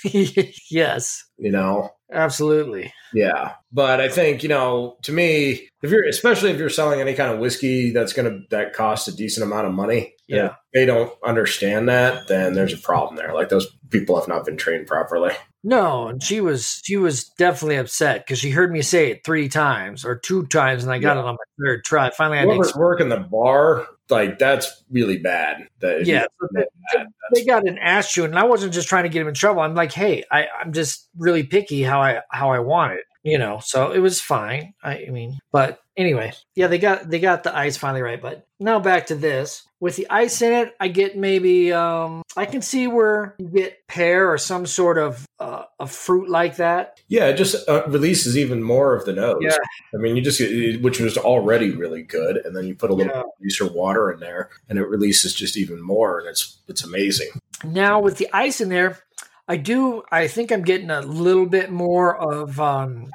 [SPEAKER 3] [laughs] yes,
[SPEAKER 2] You know,
[SPEAKER 3] absolutely.
[SPEAKER 2] Yeah, but I think you know, to me, if you're especially if you're selling any kind of whiskey that's gonna that costs a decent amount of money, and
[SPEAKER 3] Yeah.
[SPEAKER 2] if they don't understand that, then there's a problem there. Like those people have not been trained properly.
[SPEAKER 3] No, and she was she was definitely upset because she heard me say it three times or two times, and I got it on my third try. Finally, I had to
[SPEAKER 2] Whoever's working the bar, like that's really bad. That if you
[SPEAKER 3] Yeah,
[SPEAKER 2] don't
[SPEAKER 3] they-
[SPEAKER 2] know that,
[SPEAKER 3] they got an ass you, and I wasn't just trying to get him in trouble. I'm like, hey, I, I'm just really picky how I how I want it, you know. So it was fine. I, I mean, but anyway, yeah, they got they got the ice finally right. But now back to this with the ice in it, I get maybe um I can see where you get pear or some sort of uh, a fruit like that.
[SPEAKER 2] yeah, it just uh, releases even more of the nose.
[SPEAKER 3] Yeah.
[SPEAKER 2] I mean, you just it- which was already really good, and then you put a little
[SPEAKER 3] Yeah.
[SPEAKER 2] bit of juice or water in there, and it releases just even more, and it's it's amazing.
[SPEAKER 3] Now with the ice in there, I do. I think I'm getting a little bit more of um,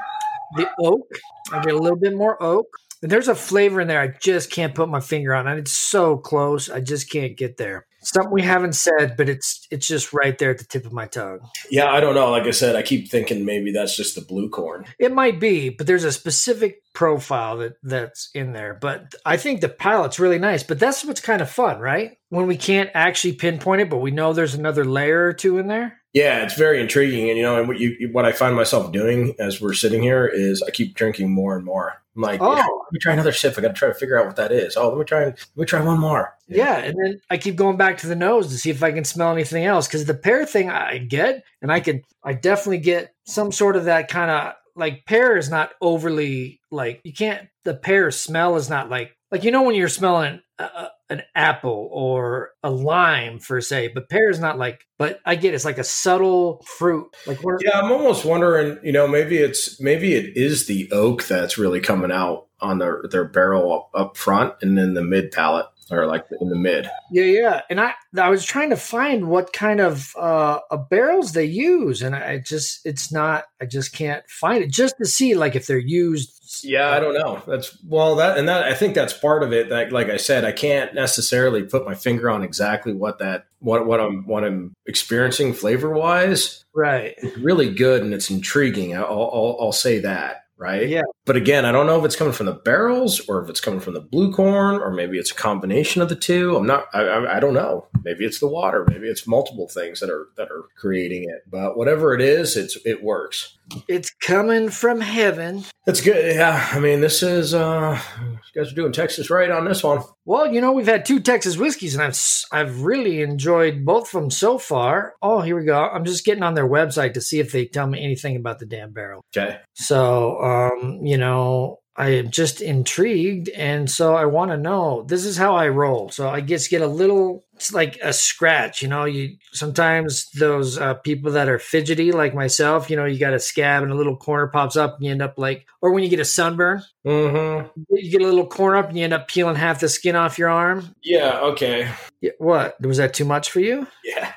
[SPEAKER 3] the oak. I get a little bit more oak. And there's a flavor in there I just can't put my finger on, and it's so close. I just can't get there. Something we haven't said, but it's it's just right there at the tip of my tongue.
[SPEAKER 2] Yeah, I don't know. Like I said, I keep thinking maybe that's just the blue corn.
[SPEAKER 3] It might be, but there's a specific profile that that's in there. But I think the palette's really nice. But that's what's kind of fun, right? When we can't actually pinpoint it, but we know there's another layer or two in there.
[SPEAKER 2] Yeah, it's very intriguing, and you know, and what you what I find myself doing as we're sitting here is I keep drinking more and more. I'm like,
[SPEAKER 3] Oh.
[SPEAKER 2] "Yeah, let me try another sip. I got to try to figure out what that is. Oh, let me try. Let me try one more.
[SPEAKER 3] Yeah, and then I keep going back to the nose to see if I can smell anything else because the pear thing I get, and I can, I definitely get some sort of that kind of like pear is not overly like you can't the pear smell is not like like you know when you're smelling a, a- an apple or a lime for say, but pear is not like. But I get it's like a subtle fruit, like one of-
[SPEAKER 2] Yeah, I'm almost wondering. You know, maybe it's maybe it is the oak that's really coming out on their their barrel up, up front and then the mid palate or like in the mid.
[SPEAKER 3] Yeah, yeah. And I I was trying to find what kind of uh, uh barrels they use, and I just it's not I just can't find it just to see like if they're used.
[SPEAKER 2] Yeah, I don't know. That's well, that and that I think that's part of it. Like like I said, I can't necessarily put my finger on exactly what that what what I'm what I'm experiencing flavor wise.
[SPEAKER 3] Right.
[SPEAKER 2] Really good and it's intriguing. I'll, I'll I'll say that. right?
[SPEAKER 3] Yeah.
[SPEAKER 2] But again, I don't know if it's coming from the barrels or if it's coming from the blue corn or maybe it's a combination of the two. I'm not. I, I, I don't know. Maybe it's the water. Maybe it's multiple things that are that are creating it. But whatever it is, it's it works.
[SPEAKER 3] It's coming from heaven.
[SPEAKER 2] That's good. Yeah. I mean, this is uh, you guys are doing Texas right on this one.
[SPEAKER 3] Well, you know, we've had two Texas whiskeys, and I've s- I've really enjoyed both of them so far. Oh, here we go. I'm just getting on their website to see if they tell me anything about the damn barrel.
[SPEAKER 2] Okay.
[SPEAKER 3] So, um, you know, I am just intrigued, and so I want to know. This is how I roll. So I just get a little, it's like a scratch. You know, you sometimes those uh, people that are fidgety, like myself, you know, you got a scab and a little corner pops up, and you end up like, or when you get a sunburn,
[SPEAKER 2] Mm-hmm.
[SPEAKER 3] you get a little corner up, and you end up peeling half the skin off your arm.
[SPEAKER 2] Yeah. Okay.
[SPEAKER 3] Yeah, What was that too much for you?
[SPEAKER 2] Yeah.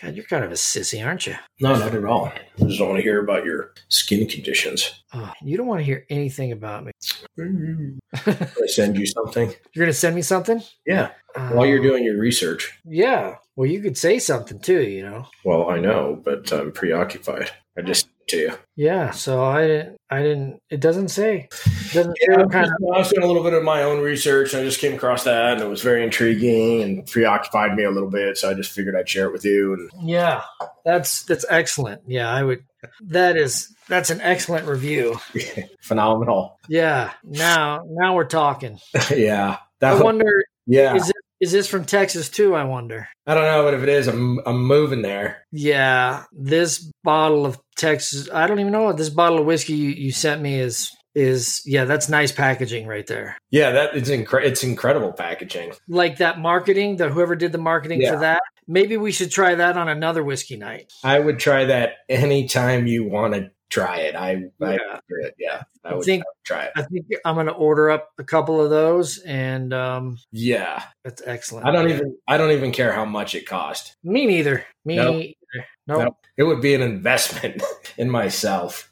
[SPEAKER 3] God, you're kind of a sissy, aren't you?
[SPEAKER 2] No, not at all. I just want to hear about your skin conditions.
[SPEAKER 3] Oh, you don't want to hear anything about me.
[SPEAKER 2] Can I send you something.
[SPEAKER 3] You're gonna send me something
[SPEAKER 2] Yeah. While you're
[SPEAKER 3] Um,
[SPEAKER 2] doing your research.
[SPEAKER 3] Yeah. Well, you could say something too, you know.
[SPEAKER 2] Well, I know, but I'm preoccupied. I just to you.
[SPEAKER 3] Yeah. So I didn't. I didn't. It doesn't say. It doesn't say
[SPEAKER 2] Yeah, I
[SPEAKER 3] what kind
[SPEAKER 2] was
[SPEAKER 3] of.
[SPEAKER 2] I was doing a little bit of my own research, and I just came across that, and it was very intriguing and preoccupied me a little bit. So I just figured I'd share it with you. And
[SPEAKER 3] Yeah. That's that's excellent. Yeah, I would. That is that's an excellent review.
[SPEAKER 2] [laughs] phenomenal.
[SPEAKER 3] Yeah. Now now we're talking.
[SPEAKER 2] yeah,
[SPEAKER 3] I
[SPEAKER 2] that. one.
[SPEAKER 3] wonder
[SPEAKER 2] yeah,
[SPEAKER 3] is it, is this from Texas too? I wonder.
[SPEAKER 2] I don't know, but if it is, I'm I'm moving there.
[SPEAKER 3] Yeah. This bottle of Texas. I don't even know what this bottle of whiskey you, you sent me is. Is yeah, that's nice packaging right there.
[SPEAKER 2] Yeah, that it's incre- it's incredible packaging.
[SPEAKER 3] like that marketing that whoever did the marketing
[SPEAKER 2] Yeah.
[SPEAKER 3] for that maybe we should try that on another whiskey night
[SPEAKER 2] I would try that anytime you want to try it. I, I
[SPEAKER 3] Yeah.
[SPEAKER 2] yeah. I
[SPEAKER 3] I
[SPEAKER 2] would,
[SPEAKER 3] think-
[SPEAKER 2] I would try it.
[SPEAKER 3] i think i'm going to order up a couple of those and um
[SPEAKER 2] Yeah,
[SPEAKER 3] that's excellent
[SPEAKER 2] I don't even I don't even care how much it cost.
[SPEAKER 3] me neither me
[SPEAKER 2] Nope.
[SPEAKER 3] neither. Nope.
[SPEAKER 2] Nope. It would be an investment [laughs] in myself.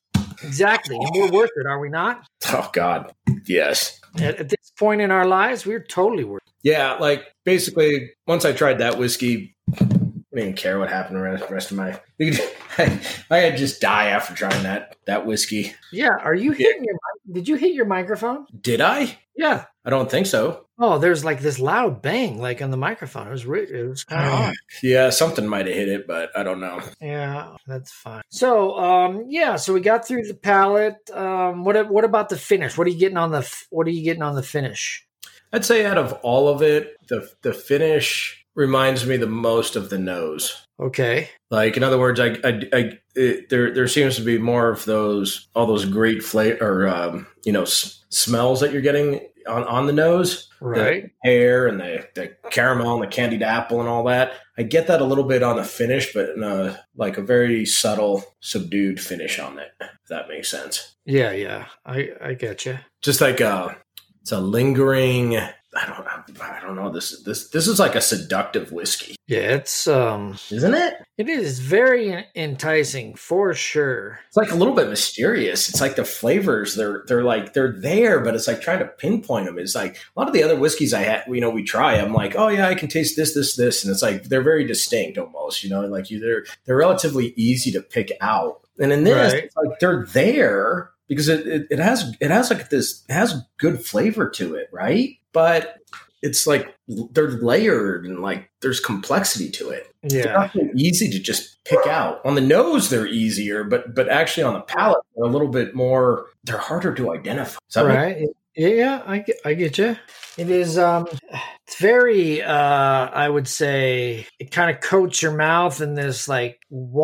[SPEAKER 3] exactly and we're worth it are we not
[SPEAKER 2] Oh God, yes.
[SPEAKER 3] at, at this point in our lives we're totally worth it.
[SPEAKER 2] Yeah, like basically, once I tried that whiskey, I didn't even care what happened the rest- rest of my. [laughs] I, I had just die after trying that that whiskey.
[SPEAKER 3] yeah are you hitting your mic- did you hit your microphone
[SPEAKER 2] Did I?
[SPEAKER 3] yeah
[SPEAKER 2] I don't think so.
[SPEAKER 3] oh there's like this loud bang like on the microphone it was re- it was kind
[SPEAKER 2] Oh.
[SPEAKER 3] of odd
[SPEAKER 2] [sighs] Yeah, something might have hit it, but I don't know.
[SPEAKER 3] Yeah, that's fine. So, um, yeah, so we got through the palette. Um, what what about the finish? What are you getting on the f- What are you getting on the finish?
[SPEAKER 2] I'd say out of all of it, the the finish reminds me the most of the nose.
[SPEAKER 3] Okay,
[SPEAKER 2] Like in other words, I, I, I it, there there seems to be more of those all those great flavor or um, you know s- smells that you're getting on on the nose,
[SPEAKER 3] right.
[SPEAKER 2] the hair and the, the caramel and the candied apple and all that. I get that a little bit on the finish, but in a, like a very subtle, subdued finish on it. If that makes sense.
[SPEAKER 3] Yeah, yeah. I I get you.
[SPEAKER 2] Just like a it's a lingering. I don't I don't know this this this is like a seductive whiskey,
[SPEAKER 3] Yeah, it's um,
[SPEAKER 2] isn't it?
[SPEAKER 3] it is very enticing for sure.
[SPEAKER 2] it's like a little bit mysterious. It's like the flavors they're they're like they're there, but it's like trying to pinpoint them. It's like a lot of the other whiskeys I had, you know, we try. I'm like, oh yeah, I can taste this, this, this, and it's like they're very distinct almost, you know, like you they're they're relatively easy to pick out. And in this,
[SPEAKER 3] Right.
[SPEAKER 2] it's like they're there because it, it it has it has like this it has good flavor to it, right? But it's like they're layered and like there's complexity to it they're
[SPEAKER 3] Yeah,
[SPEAKER 2] not so easy to just pick out. On the nose, they're easier, but but actually on the palate, they're a little bit more. They're harder to identify. Does that make-
[SPEAKER 3] right. Yeah, yeah. I get I get you. It is um, it's very uh, I would say it kind of coats your mouth in this like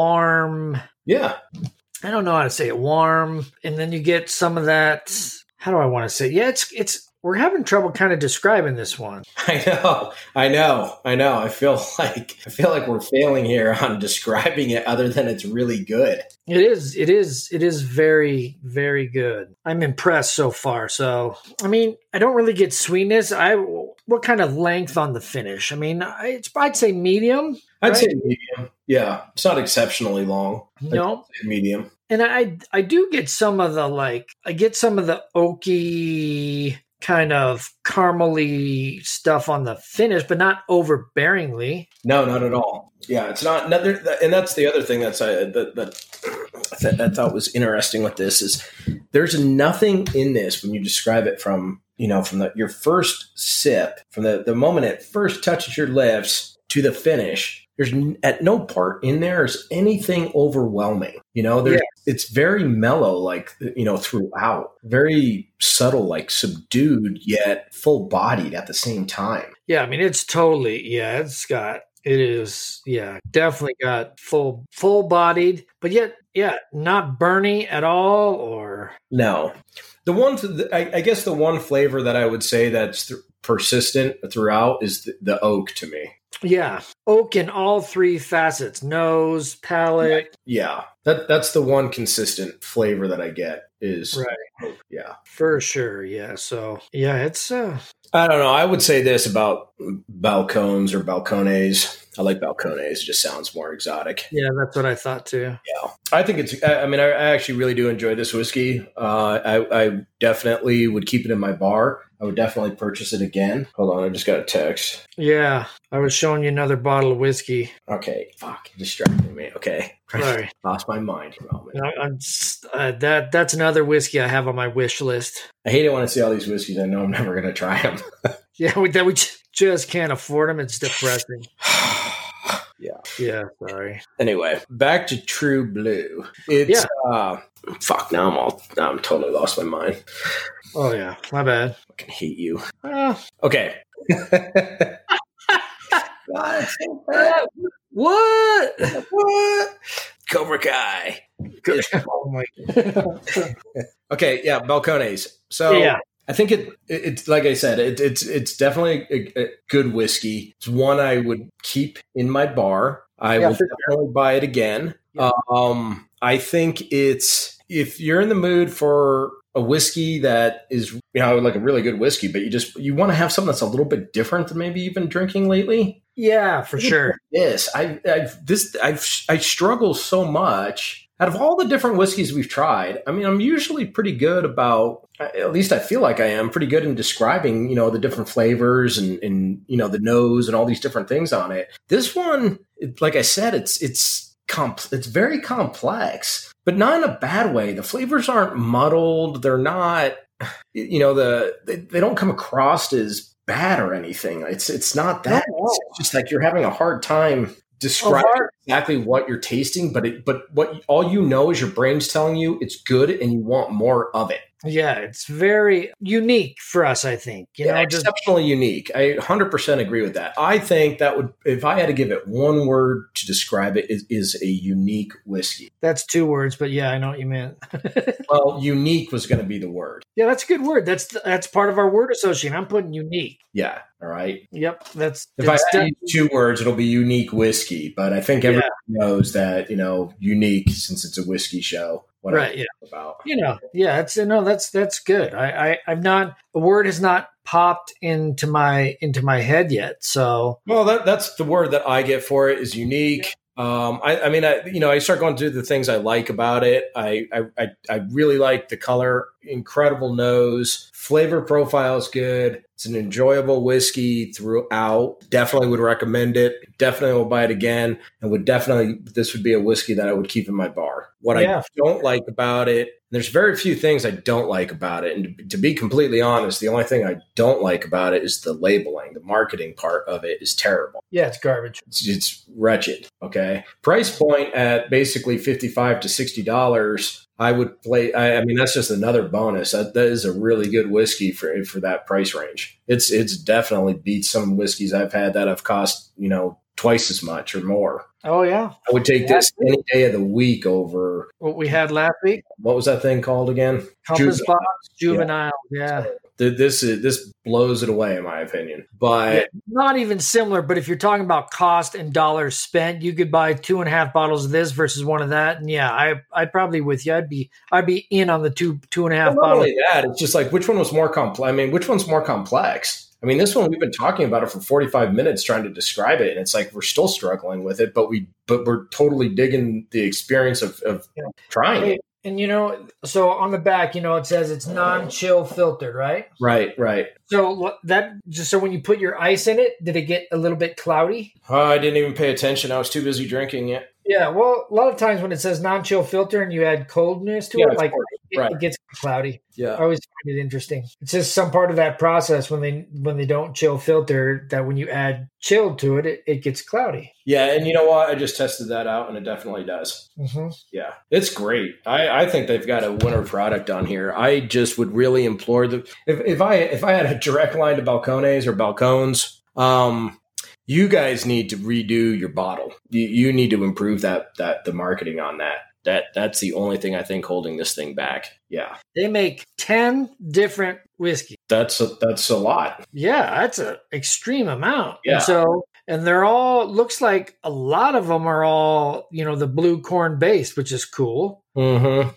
[SPEAKER 3] warm
[SPEAKER 2] Yeah. [laughs]
[SPEAKER 3] I don't know how to say it, warm, and then you get some of that. How do I want to say? It? Yeah, it's it's we're having trouble kind of describing this one.
[SPEAKER 2] I know. I know. I know. I feel [laughs] like I feel like we're failing here on describing it, other than it's really good.
[SPEAKER 3] It is it is it is very very good. I'm impressed so far. So I mean, I don't really get sweetness. I what kind of length on the finish? I mean, I, it's I'd say medium.
[SPEAKER 2] I'd
[SPEAKER 3] Right.
[SPEAKER 2] say medium. Yeah, it's not exceptionally long.
[SPEAKER 3] You
[SPEAKER 2] I'd
[SPEAKER 3] know,
[SPEAKER 2] say medium.
[SPEAKER 3] and I I do get some of the like I get some of the oaky kind of caramely stuff on the finish, but not overbearingly.
[SPEAKER 2] No, not at all. Yeah, it's not. no, uh, there- and that's the other thing that's I that, that I thought was interesting with this is There's nothing in this when you describe it from you know from the, your first sip, from the the moment it first touches your lips to the finish. There's n- at no part in there is anything overwhelming. You know, there's it's very mellow, like you know, throughout. Very subtle, like subdued, yet full bodied at the same time.
[SPEAKER 3] Yeah, I mean it's totally yeah, it's got it is yeah, definitely got full full bodied, but yet yeah, not burny at all or
[SPEAKER 2] No, the one, th- I, I guess, the one flavor that I would say that's th- persistent throughout is the, the oak to me.
[SPEAKER 3] yeah, oak in all three facets, nose, palate.
[SPEAKER 2] Yeah, that that's the one consistent flavor that I get is
[SPEAKER 3] Right.
[SPEAKER 2] oak. Yeah,
[SPEAKER 3] For sure, yeah. So yeah, it's uh
[SPEAKER 2] I don't know. I would say this about balcones or balcones. I like balcones; it just sounds more exotic.
[SPEAKER 3] yeah, that's what I thought too.
[SPEAKER 2] I think it's. I I mean, I, I actually really do enjoy this whiskey. Uh, I, I definitely would keep it in my bar. I would definitely purchase it again. Hold on, I just got a text.
[SPEAKER 3] Yeah. I was showing you another bottle of whiskey.
[SPEAKER 2] Okay, fuck, it distracted me. Okay,
[SPEAKER 3] Sorry.
[SPEAKER 2] [laughs] lost my mind. for a moment.
[SPEAKER 3] I, am just, uh, that that's another whiskey I have on my wish list. [laughs]
[SPEAKER 2] I hate it when I see all these whiskeys. I know I'm never gonna try them.
[SPEAKER 3] Yeah, we, that we ju- just can't afford them. It's depressing.
[SPEAKER 2] Yeah.
[SPEAKER 3] Yeah, sorry.
[SPEAKER 2] [sighs] anyway, back to True Blue. It's uh, fuck. Now I'm all. Now I'm totally lost my mind.
[SPEAKER 3] Oh yeah, my bad.
[SPEAKER 2] Fucking hate you.
[SPEAKER 3] Uh,
[SPEAKER 2] Okay. [laughs]
[SPEAKER 3] what?
[SPEAKER 2] what? Cobra Kai.
[SPEAKER 3] [laughs] Oh my
[SPEAKER 2] Okay, yeah, Balcones. So
[SPEAKER 3] Yeah.
[SPEAKER 2] I think it, it it's like I said, it, it's it's definitely a, a good whiskey. It's one I would keep in my bar. I
[SPEAKER 3] Yeah,
[SPEAKER 2] will
[SPEAKER 3] for
[SPEAKER 2] definitely buy it again.
[SPEAKER 3] Yeah.
[SPEAKER 2] Um, I think it's if you're in the mood for a whiskey that is you know like a really good whiskey, but you just you want to have something that's a little bit different than maybe you've been drinking lately.
[SPEAKER 3] Yeah, for sure.
[SPEAKER 2] Yes, I, I've this I've I struggle so much. Out of all the different whiskeys we've tried, I mean, I'm usually pretty good about. At least I feel like I am pretty good in describing, you know, the different flavors and and you know the nose and all these different things on it. This one, it, like I said, it's it's comp it's very complex, but not in a bad way. The flavors aren't muddled. They're not you know the they, they don't come across as bad or anything it's it's not that
[SPEAKER 3] No.
[SPEAKER 2] it's just like you're having a hard time describing
[SPEAKER 3] A Oh. hard-
[SPEAKER 2] exactly what you're tasting but it but what all you know is your brain's telling you it's good and you want more of it
[SPEAKER 3] Yeah, it's very unique for us. I think you know, just
[SPEAKER 2] exceptionally unique i 100% agree with that i think that would if i had to give it one word to describe it is, is a unique whiskey
[SPEAKER 3] that's two words, but yeah, I know what you meant. [laughs]
[SPEAKER 2] well unique was going to be the word
[SPEAKER 3] yeah, that's a good word. That's that's part of our word association. I'm putting unique.
[SPEAKER 2] yeah all right
[SPEAKER 3] Yep, that's.
[SPEAKER 2] If
[SPEAKER 3] that's
[SPEAKER 2] I had
[SPEAKER 3] def-
[SPEAKER 2] to use two words, it'll be unique whiskey. But I think everyone knows that you know unique since it's a whiskey show. What I'm
[SPEAKER 3] right. Yeah.
[SPEAKER 2] about
[SPEAKER 3] you know yeah it's no that's that's good I, I i've not a word has not popped into my into my head yet so
[SPEAKER 2] well, that that's the word that I get for it is unique. Um, I, I mean, I you know, I start going through the things I like about it. I I I, I really like the color, incredible nose, flavor profile is good. It's an enjoyable whiskey throughout. Definitely would recommend it. Definitely will buy it again, and would definitely this would be a whiskey that I would keep in my bar. What I
[SPEAKER 3] yeah
[SPEAKER 2] don't like about it. There's very few things I don't like about it. And to, to be completely honest, the only thing I don't like about it is the labeling. The marketing part of it is terrible.
[SPEAKER 3] yeah it's garbage
[SPEAKER 2] It's, it's wretched. Okay. Price point at basically 55 to $60. I would play. I, I mean, that's just another bonus. That, that is a really good whiskey for for that price range. It's it's definitely beats some whiskeys I've had that have cost you know twice as much or more.
[SPEAKER 3] oh yeah
[SPEAKER 2] I would take this any day of the week over
[SPEAKER 3] what we had last week
[SPEAKER 2] what was that thing called again?
[SPEAKER 3] compass
[SPEAKER 2] Juvenile.
[SPEAKER 3] box juvenile yeah.
[SPEAKER 2] Th- This is this blows it away, in my opinion. But
[SPEAKER 3] Yeah, not even similar but if you're talking about cost and dollars spent you could buy two and a half bottles of this versus one of that and yeah i i'd probably with you i'd be i'd be in on the two two and a half
[SPEAKER 2] not
[SPEAKER 3] bottles
[SPEAKER 2] only that, it's just like which one was more complex. I mean, which one's more complex? I mean, this one we've been talking about it for forty five minutes trying to describe it, and it's like we're still struggling with it, but we but we're totally digging the experience of, of
[SPEAKER 3] Yeah.
[SPEAKER 2] trying it.
[SPEAKER 3] and you know so on the back you know it says it's non-chill filtered right
[SPEAKER 2] Right, right.
[SPEAKER 3] So lo- that just so when you put your ice in it, did it get a little bit cloudy?
[SPEAKER 2] Oh, I didn't even pay attention. I was too busy drinking it.
[SPEAKER 3] Yeah. Well, a lot of times when it says non-chill filter and you add coldness to
[SPEAKER 2] Yeah,
[SPEAKER 3] it,
[SPEAKER 2] of
[SPEAKER 3] like
[SPEAKER 2] course.
[SPEAKER 3] It,
[SPEAKER 2] Right.
[SPEAKER 3] it gets cloudy. I
[SPEAKER 2] Yeah.
[SPEAKER 3] always find it interesting. It's just some part of that process when they when they don't chill filter that when you add chill to it, it, it gets cloudy.
[SPEAKER 2] Yeah. And you know what? I just tested that out and it definitely does.
[SPEAKER 3] hmm
[SPEAKER 2] Yeah, it's great. I, I think they've got a winner product on here. I just would really implore the if, if I if I had a direct line to Balcones or Balcones, um, you guys need to redo your bottle. You, you need to improve that that the marketing on that. That that's the only thing I think holding this thing back. Yeah,
[SPEAKER 3] They make ten different whiskeys.
[SPEAKER 2] that's a, that's a lot.
[SPEAKER 3] Yeah, that's an extreme amount.
[SPEAKER 2] Yeah.
[SPEAKER 3] And so, and they're all looks like a lot of them are all you know the blue corn based, which is cool.
[SPEAKER 2] Mm-hmm.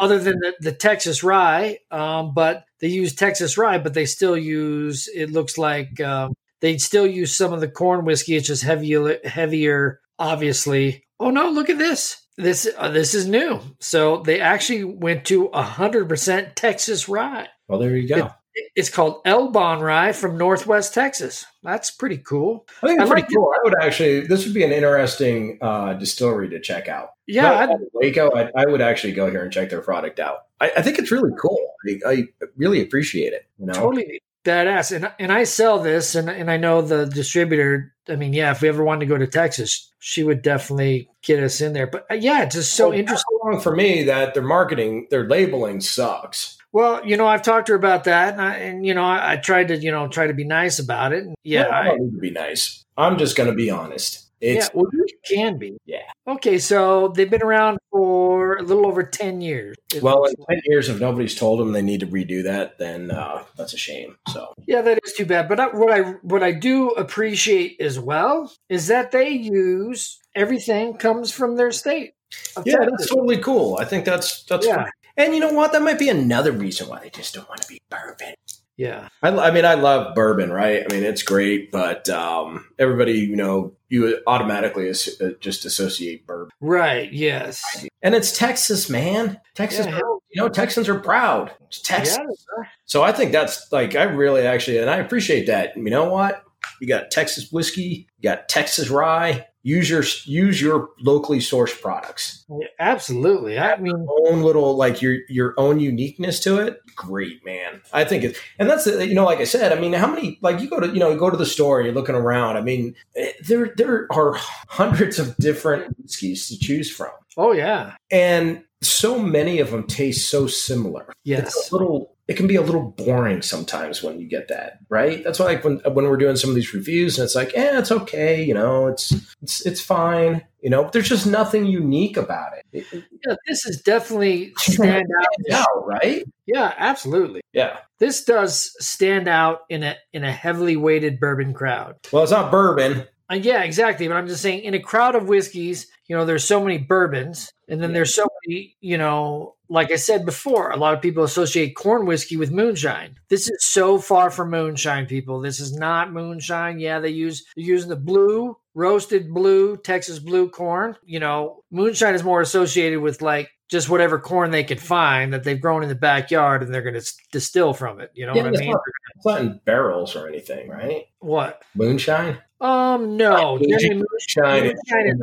[SPEAKER 3] Other than the, the Texas rye, um, but they use Texas rye, but they still use. It looks like um, they still use some of the corn whiskey. It's just heavier, heavier, obviously. Oh no! Look at this. This uh, this is new. So they actually went to hundred percent Texas rye.
[SPEAKER 2] Well, there you go.
[SPEAKER 3] It- It's called Elbon Rye from Northwest Texas. That's pretty cool.
[SPEAKER 2] I think
[SPEAKER 3] I
[SPEAKER 2] it's
[SPEAKER 3] like
[SPEAKER 2] pretty cool. I would actually this would be an interesting uh, distillery to check out.
[SPEAKER 3] Yeah,
[SPEAKER 2] Not
[SPEAKER 3] I'd-
[SPEAKER 2] out of Waco. I, I would actually go here and check their product out. I, I think it's really cool. I, I really appreciate it. You know,
[SPEAKER 3] totally badass. And and I sell this, and and I know the distributor. I mean, yeah, if we ever wanted to go to Texas, she would definitely get us in there. But uh, yeah, it's just so
[SPEAKER 2] Well, that's
[SPEAKER 3] interesting.
[SPEAKER 2] wrong for me that their marketing, their labeling sucks.
[SPEAKER 3] Well, you know, I've talked to her about that, and, I, and you know, I, I tried to you know try to be nice about it. And yeah,
[SPEAKER 2] I
[SPEAKER 3] I,
[SPEAKER 2] don't need to be nice. I'm just going to be honest. It's
[SPEAKER 3] yeah, well, you can be.
[SPEAKER 2] Yeah.
[SPEAKER 3] Okay, so they've been around for a little over ten years. It
[SPEAKER 2] well,
[SPEAKER 3] looks
[SPEAKER 2] in ten years, if nobody's told them they need to redo that, then uh, that's a shame. So
[SPEAKER 3] Yeah, that is too bad. But I, what I what I do appreciate as well is that they use everything comes from their state. of
[SPEAKER 2] yeah,
[SPEAKER 3] Texas.
[SPEAKER 2] that's totally cool. I think that's that's
[SPEAKER 3] Yeah.
[SPEAKER 2] fine. And you know what? That might be another reason why they just don't want to be bourbon.
[SPEAKER 3] yeah,
[SPEAKER 2] I, I mean, I love bourbon, right? I mean, it's great, but um, everybody, you know, you automatically as, uh, just associate bourbon,
[SPEAKER 3] right. Yes,
[SPEAKER 2] and it's Texas, man. Texas,
[SPEAKER 3] Yeah,
[SPEAKER 2] bourbon.
[SPEAKER 3] hell,
[SPEAKER 2] you know, Texans are proud. It's Texas,
[SPEAKER 3] yeah.
[SPEAKER 2] so I think that's like I really actually, and I appreciate that. You know what? You got Texas whiskey, you got Texas rye. Use your use your locally sourced products.
[SPEAKER 3] absolutely. I mean,
[SPEAKER 2] Own little like your your own uniqueness to it. Great, man. I think it's and that's the, you know like I said. I mean, how many like you go to you know you go to the store, you're looking around. I mean, eh, there there are hundreds of different whiskeys to choose from,
[SPEAKER 3] oh yeah,
[SPEAKER 2] and so many of them taste so similar it's
[SPEAKER 3] yes,
[SPEAKER 2] a little it can be a little boring sometimes when you get that right that's why like when when we're doing some of these reviews and it's like eh it's okay you know it's it's it's fine you know but there's just nothing unique about it, it
[SPEAKER 3] yeah, this is definitely stand
[SPEAKER 2] yeah
[SPEAKER 3] out.
[SPEAKER 2] right
[SPEAKER 3] Yeah, absolutely.
[SPEAKER 2] yeah
[SPEAKER 3] This does stand out in a in a heavily weighted bourbon crowd.
[SPEAKER 2] well it's not bourbon
[SPEAKER 3] Uh, yeah, exactly. But I'm just saying, in a crowd of whiskeys, you know, there's so many bourbons, and then there's so many, you know, like I said before, a lot of people associate corn whiskey with moonshine. This is so far from moonshine, people. This is not moonshine. Yeah, they use they're using the blue roasted blue Texas blue corn. You know, moonshine is more associated with like just whatever corn they can find that they've grown in the backyard, and they're going to distill from it. You know
[SPEAKER 2] Yeah,
[SPEAKER 3] what I
[SPEAKER 2] that's
[SPEAKER 3] mean?
[SPEAKER 2] not- it's not in barrels or anything right
[SPEAKER 3] What?
[SPEAKER 2] moonshine
[SPEAKER 3] Um, no.
[SPEAKER 2] Moonshine-
[SPEAKER 3] Generally,
[SPEAKER 2] moonshine
[SPEAKER 3] Moonshine is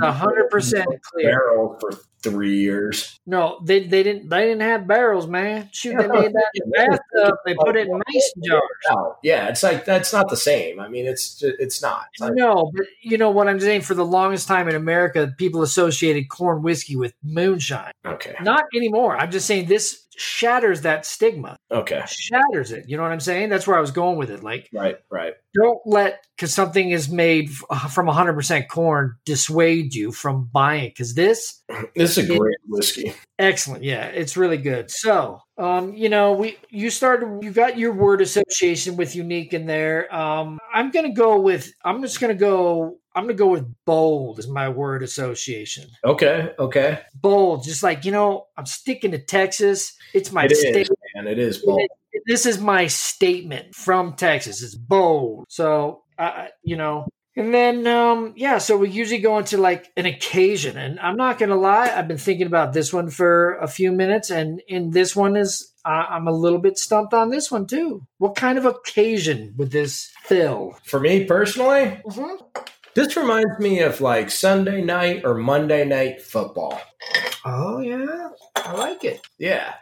[SPEAKER 3] 100% clear.
[SPEAKER 2] barrel for three years
[SPEAKER 3] No, they, they didn't they didn't have barrels, man. Shoot, they made that in the bathtub. They put it in mason jars.
[SPEAKER 2] Oh, yeah it's like that's not the same i mean it's ju- it's not It's like-
[SPEAKER 3] No, but you know what I'm saying. For the longest time in America, people associated corn whiskey with moonshine.
[SPEAKER 2] okay
[SPEAKER 3] Not anymore. I'm just saying this shatters that stigma.
[SPEAKER 2] okay
[SPEAKER 3] Shatters it. You know what I'm saying? That's where I was going with it. Like,
[SPEAKER 2] right right
[SPEAKER 3] don't let because something is made f- from 100% corn dissuade you from buying because this
[SPEAKER 2] this is a
[SPEAKER 3] Yeah.
[SPEAKER 2] great whiskey
[SPEAKER 3] Excellent. Yeah, it's really good. So, um, you know, we you started you got your word association with unique in there. Um, I'm gonna go with I'm just gonna go I'm gonna go with bold as my word association.
[SPEAKER 2] Okay, okay.
[SPEAKER 3] Bold, just like you know, I'm sticking to Texas. It's my
[SPEAKER 2] It is,
[SPEAKER 3] state.
[SPEAKER 2] man. It is bold.
[SPEAKER 3] This is my statement from Texas. It's bold. So, I I you know. And then, um, yeah, so we usually go into like an occasion. And I'm not going to lie, I've been thinking about this one for a few minutes. And, and this one is, I I'm a little bit stumped on this one too. What kind of occasion would this fill?
[SPEAKER 2] For me personally,
[SPEAKER 3] Mhm.
[SPEAKER 2] this reminds me of like Sunday night or Monday night football.
[SPEAKER 3] Oh, yeah. I like it.
[SPEAKER 2] Yeah.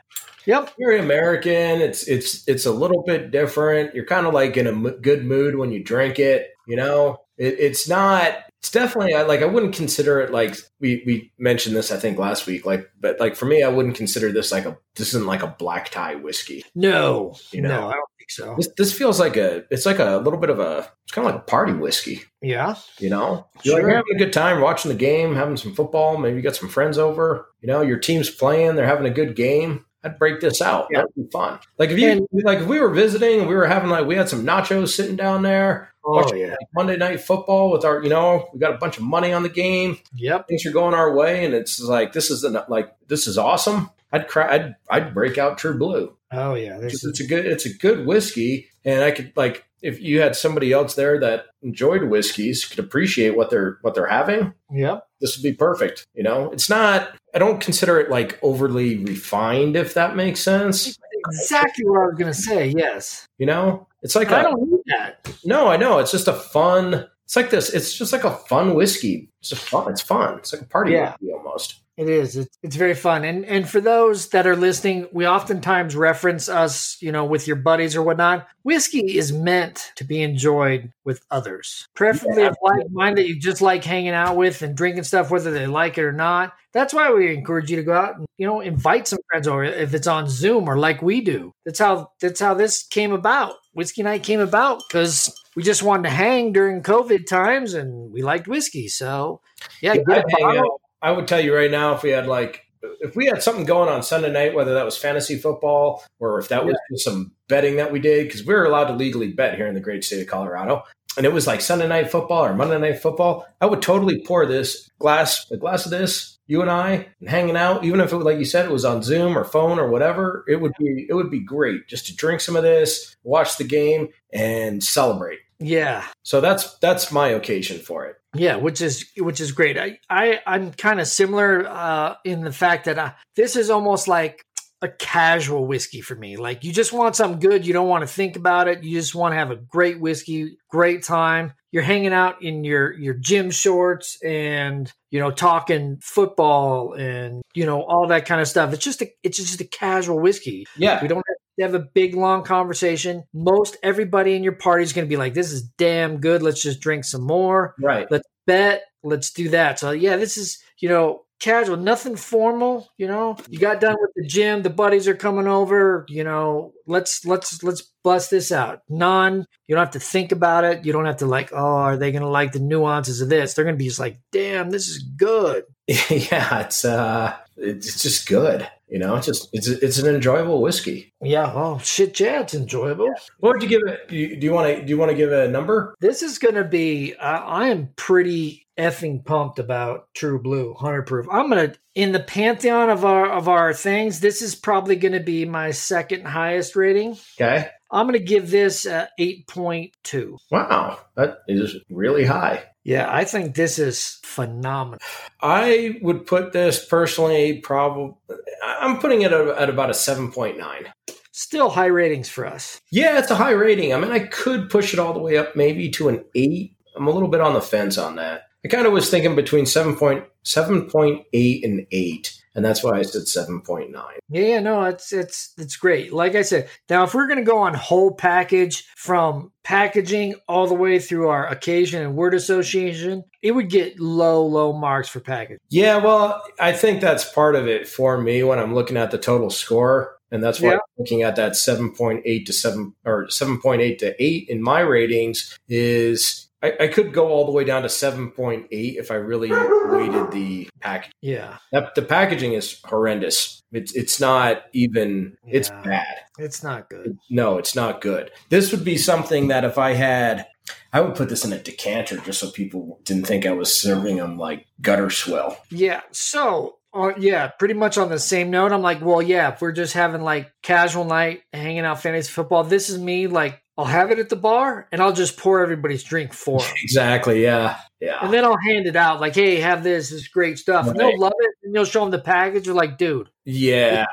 [SPEAKER 3] Yep.
[SPEAKER 2] very American. It's it's it's a little bit different. You're kind of like in a m- good mood when you drink it. You know, it, it's not. It's definitely I- like I wouldn't consider it like we we mentioned this I think last week. Like, but like for me, I wouldn't consider this like a this isn't like a black tie whiskey.
[SPEAKER 3] No,
[SPEAKER 2] You know.
[SPEAKER 3] no, I don't think so.
[SPEAKER 2] This, this feels like a it's like a little bit of a it's kind of like a party whiskey.
[SPEAKER 3] Yeah.
[SPEAKER 2] You know, you're, like,
[SPEAKER 3] Sure.
[SPEAKER 2] you're having a good time watching the game, having some football. Maybe you got some friends over. You know, your team's playing, they're having a good game. I'd break this out.
[SPEAKER 3] Yeah.
[SPEAKER 2] That'd be fun. Like if you
[SPEAKER 3] And-
[SPEAKER 2] like, if we were visiting, we were having like we had some nachos sitting down there.
[SPEAKER 3] Oh yeah.
[SPEAKER 2] like, Monday night football with our, you know, we got a bunch of money on the game.
[SPEAKER 3] Yep.
[SPEAKER 2] Things are going our way, and it's like this is the like this is awesome. I'd cry. I'd I'd break out True Blue.
[SPEAKER 3] Oh yeah. This
[SPEAKER 2] It's,
[SPEAKER 3] is
[SPEAKER 2] it's a good it's a good whiskey, and I could like if you had somebody else there that enjoyed whiskeys, could appreciate what they're what they're having.
[SPEAKER 3] yep.
[SPEAKER 2] This would be perfect. You know, it's not. I don't consider it like overly refined, if that makes sense.
[SPEAKER 3] Exactly what I was gonna say. Yes.
[SPEAKER 2] You know, it's like
[SPEAKER 3] I
[SPEAKER 2] a,
[SPEAKER 3] don't need that.
[SPEAKER 2] no, I know. It's just a fun. It's like this. It's just like a fun whiskey. It's just fun. It's fun. It's like a party
[SPEAKER 3] Yeah.
[SPEAKER 2] whiskey almost.
[SPEAKER 3] It is. It's, it's very fun. And and for those that are listening, we oftentimes reference us, you know, with your buddies or whatnot. Whiskey is meant to be enjoyed with others, preferably
[SPEAKER 2] Yeah,
[SPEAKER 3] of like mind that you just like hanging out with and drinking stuff, whether they like it or not. That's why we encourage you to go out and you know invite some friends over if it's on Zoom or like we do. That's how that's how this came about. Whiskey night came about because we just wanted to hang during COVID times and we liked whiskey. So yeah,
[SPEAKER 2] Yeah,
[SPEAKER 3] get a
[SPEAKER 2] I'd hang
[SPEAKER 3] bottle.
[SPEAKER 2] out. I would tell you right now if we had like if we had something going on Sunday night, whether that was fantasy football or if that was just some betting that we did, because we were allowed to legally bet here in the great state of Colorado. And it was like Sunday night football or Monday night football. I would totally pour this glass, a glass of this, you and I, and hanging out. Even if it was like you said, it was on Zoom or phone or whatever, it would be it would be great just to drink some of this, watch the game, and celebrate.
[SPEAKER 3] Yeah.
[SPEAKER 2] So that's that's my occasion for it.
[SPEAKER 3] Yeah, which is which is great. I, I I'm kind of similar uh, in the fact that I, this is almost like a casual whiskey for me. Like you just want something good, you don't want to think about it. You just want to have a great whiskey, great time. You're hanging out in your your gym shorts and you know talking football and you know all that kind of stuff. It's just a it's just a casual whiskey.
[SPEAKER 2] Yeah.
[SPEAKER 3] We don't have to have a big long conversation. Most everybody in your party is going to be like, "This is damn good. Let's just drink some more."
[SPEAKER 2] Right.
[SPEAKER 3] bet let's do that so yeah this is you know casual nothing formal you know you got done with the gym the buddies are coming over you know let's let's let's bust this out none you don't have to think about it you don't have to like oh are they gonna like the nuances of this they're gonna be just like damn this is good
[SPEAKER 2] [laughs] yeah, it's uh, it's it's just good. You know, it's just it's it's an enjoyable whiskey.
[SPEAKER 3] yeah oh shit yeah it's enjoyable
[SPEAKER 2] What would you give it? Do you, do you want to do you want to give it a number?
[SPEAKER 3] this is gonna be I i am pretty effing pumped about true blue 100 proof i'm gonna in the pantheon of our of our things this is probably gonna be my second highest rating
[SPEAKER 2] Okay.
[SPEAKER 3] i'm gonna give this uh, 8.2
[SPEAKER 2] Wow, that is really high.
[SPEAKER 3] yeah i think this is phenomenal
[SPEAKER 2] I would put this personally. Probably, I'm putting it at, at about a seven point nine.
[SPEAKER 3] still high ratings for us
[SPEAKER 2] Yeah, it's a high rating. I mean, I could push it all the way up maybe to an eight. I'm a little bit on the fence on that. I kind of was thinking between 7.7.8 and eight, and that's why I said seven point nine.
[SPEAKER 3] yeah yeah no it's it's it's great like i said now if we're gonna go on whole package from packaging all the way through our occasion and word association it would get low low marks for package
[SPEAKER 2] Yeah, well, I think that's part of it for me when I'm looking at the total score, and that's why
[SPEAKER 3] Yeah.
[SPEAKER 2] I'm looking at that 7.8 to 7 or 7.8 to 8 in my ratings is I, I could go all the way down to 7.8 if I really weighted the package.
[SPEAKER 3] Yeah,
[SPEAKER 2] That, the packaging is horrendous. It's it's not even it's
[SPEAKER 3] Yeah.
[SPEAKER 2] bad.
[SPEAKER 3] it's not good.
[SPEAKER 2] No, it's not good. This would be something that if I had, I would put this in a decanter just so people didn't think I was serving them like gutter swell.
[SPEAKER 3] Yeah. So, uh, yeah, pretty much on the same note, I'm like, well, yeah, if we're just having like casual night, hanging out fantasy football, this is me. Like, I'll have it at the bar and I'll just pour everybody's drink for 'em.
[SPEAKER 2] Exactly. Yeah. Yeah.
[SPEAKER 3] And then I'll hand it out, like, hey, have this. This is great stuff. And
[SPEAKER 2] Right.
[SPEAKER 3] they'll love it. And you'll show them the package. You're like, dude,
[SPEAKER 2] yeah.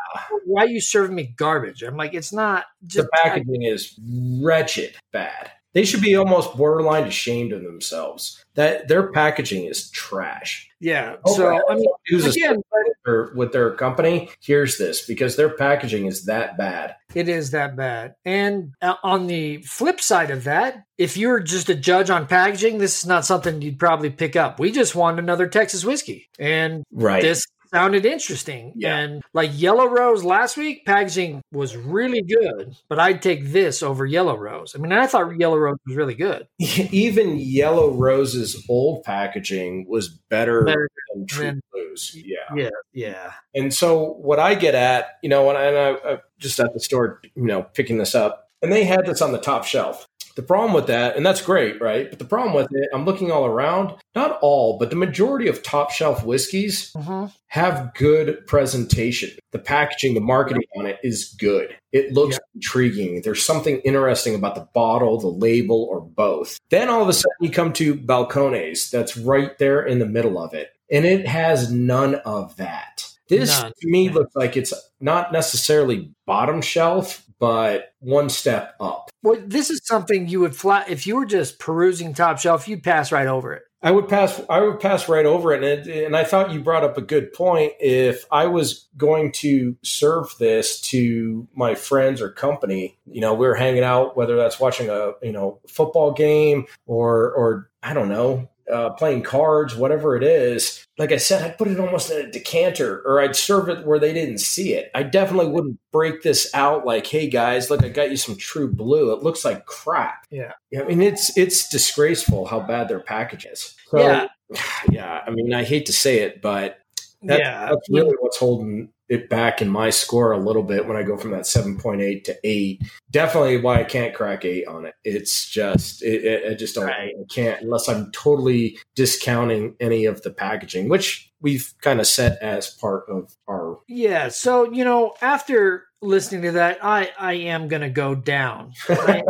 [SPEAKER 3] why are you serving me garbage? I'm like, it's not just.
[SPEAKER 2] The packaging is wretched bad. They should be almost borderline ashamed of themselves. That their packaging is trash.
[SPEAKER 3] Yeah.
[SPEAKER 2] Oh,
[SPEAKER 3] So I mean,
[SPEAKER 2] Who's
[SPEAKER 3] again,
[SPEAKER 2] or with their company hears this because their packaging is that bad.
[SPEAKER 3] It is that bad. And uh, on the flip side of that, if you're just a judge on packaging, this is not something you'd probably pick up. We just want another Texas whiskey. And
[SPEAKER 2] Right.
[SPEAKER 3] this sounded interesting.
[SPEAKER 2] Yeah.
[SPEAKER 3] And like Yellow Rose last week, packaging was really good, but I'd take this over Yellow Rose. I mean, I thought Yellow Rose was really good.
[SPEAKER 2] [laughs] Even Yellow Rose's old packaging was better,
[SPEAKER 3] Better
[SPEAKER 2] than True
[SPEAKER 3] than-
[SPEAKER 2] Blues. Yeah.
[SPEAKER 3] Yeah. Yeah.
[SPEAKER 2] And so what I get at, you know, and I, and I, I just at the store, you know, picking this up, and they had this on the top shelf. The problem with that, and that's great, right? But the problem with it, I'm looking all around, not all, but the majority of top shelf whiskeys
[SPEAKER 3] Mhm.
[SPEAKER 2] have good presentation. The packaging, the marketing on it is good. It looks intriguing. There's something interesting about the bottle, the label, or both. Then all of a sudden you come to Balcones, that's right there in the middle of it. And it has none of that. This
[SPEAKER 3] None.
[SPEAKER 2] to me looks like it's not necessarily bottom shelf, but one step up.
[SPEAKER 3] Well, this is something you would fly if you were just perusing top shelf, you'd pass right over it.
[SPEAKER 2] I would pass. I would pass right over it, and it, and I thought you brought up a good point. If I was going to serve this to my friends or company, you know, we were hanging out, whether that's watching a you know football game or or I don't know, uh, playing cards, whatever it is. Like I said, I'd put it almost in a decanter, or I'd serve it where they didn't see it. I definitely wouldn't break this out like, "Hey guys, look, I got you some True Blue. It looks like crap."
[SPEAKER 3] Yeah.
[SPEAKER 2] I mean it's it's disgraceful how bad their package is. So,
[SPEAKER 3] yeah.
[SPEAKER 2] [sighs] yeah, I mean, I hate to say it, but that's,
[SPEAKER 3] yeah.
[SPEAKER 2] that's really what's holding it back in my score a little bit when I go from that 7.8 to 8. Definitely why I can't crack 8 on it. It's just, it, it, I just don't,
[SPEAKER 3] Right.
[SPEAKER 2] I can't, unless I'm totally discounting any of the packaging, which we've kind of set as part of our. [laughs]
[SPEAKER 3] Yeah, so you know, after listening to that, I I am gonna go down. I,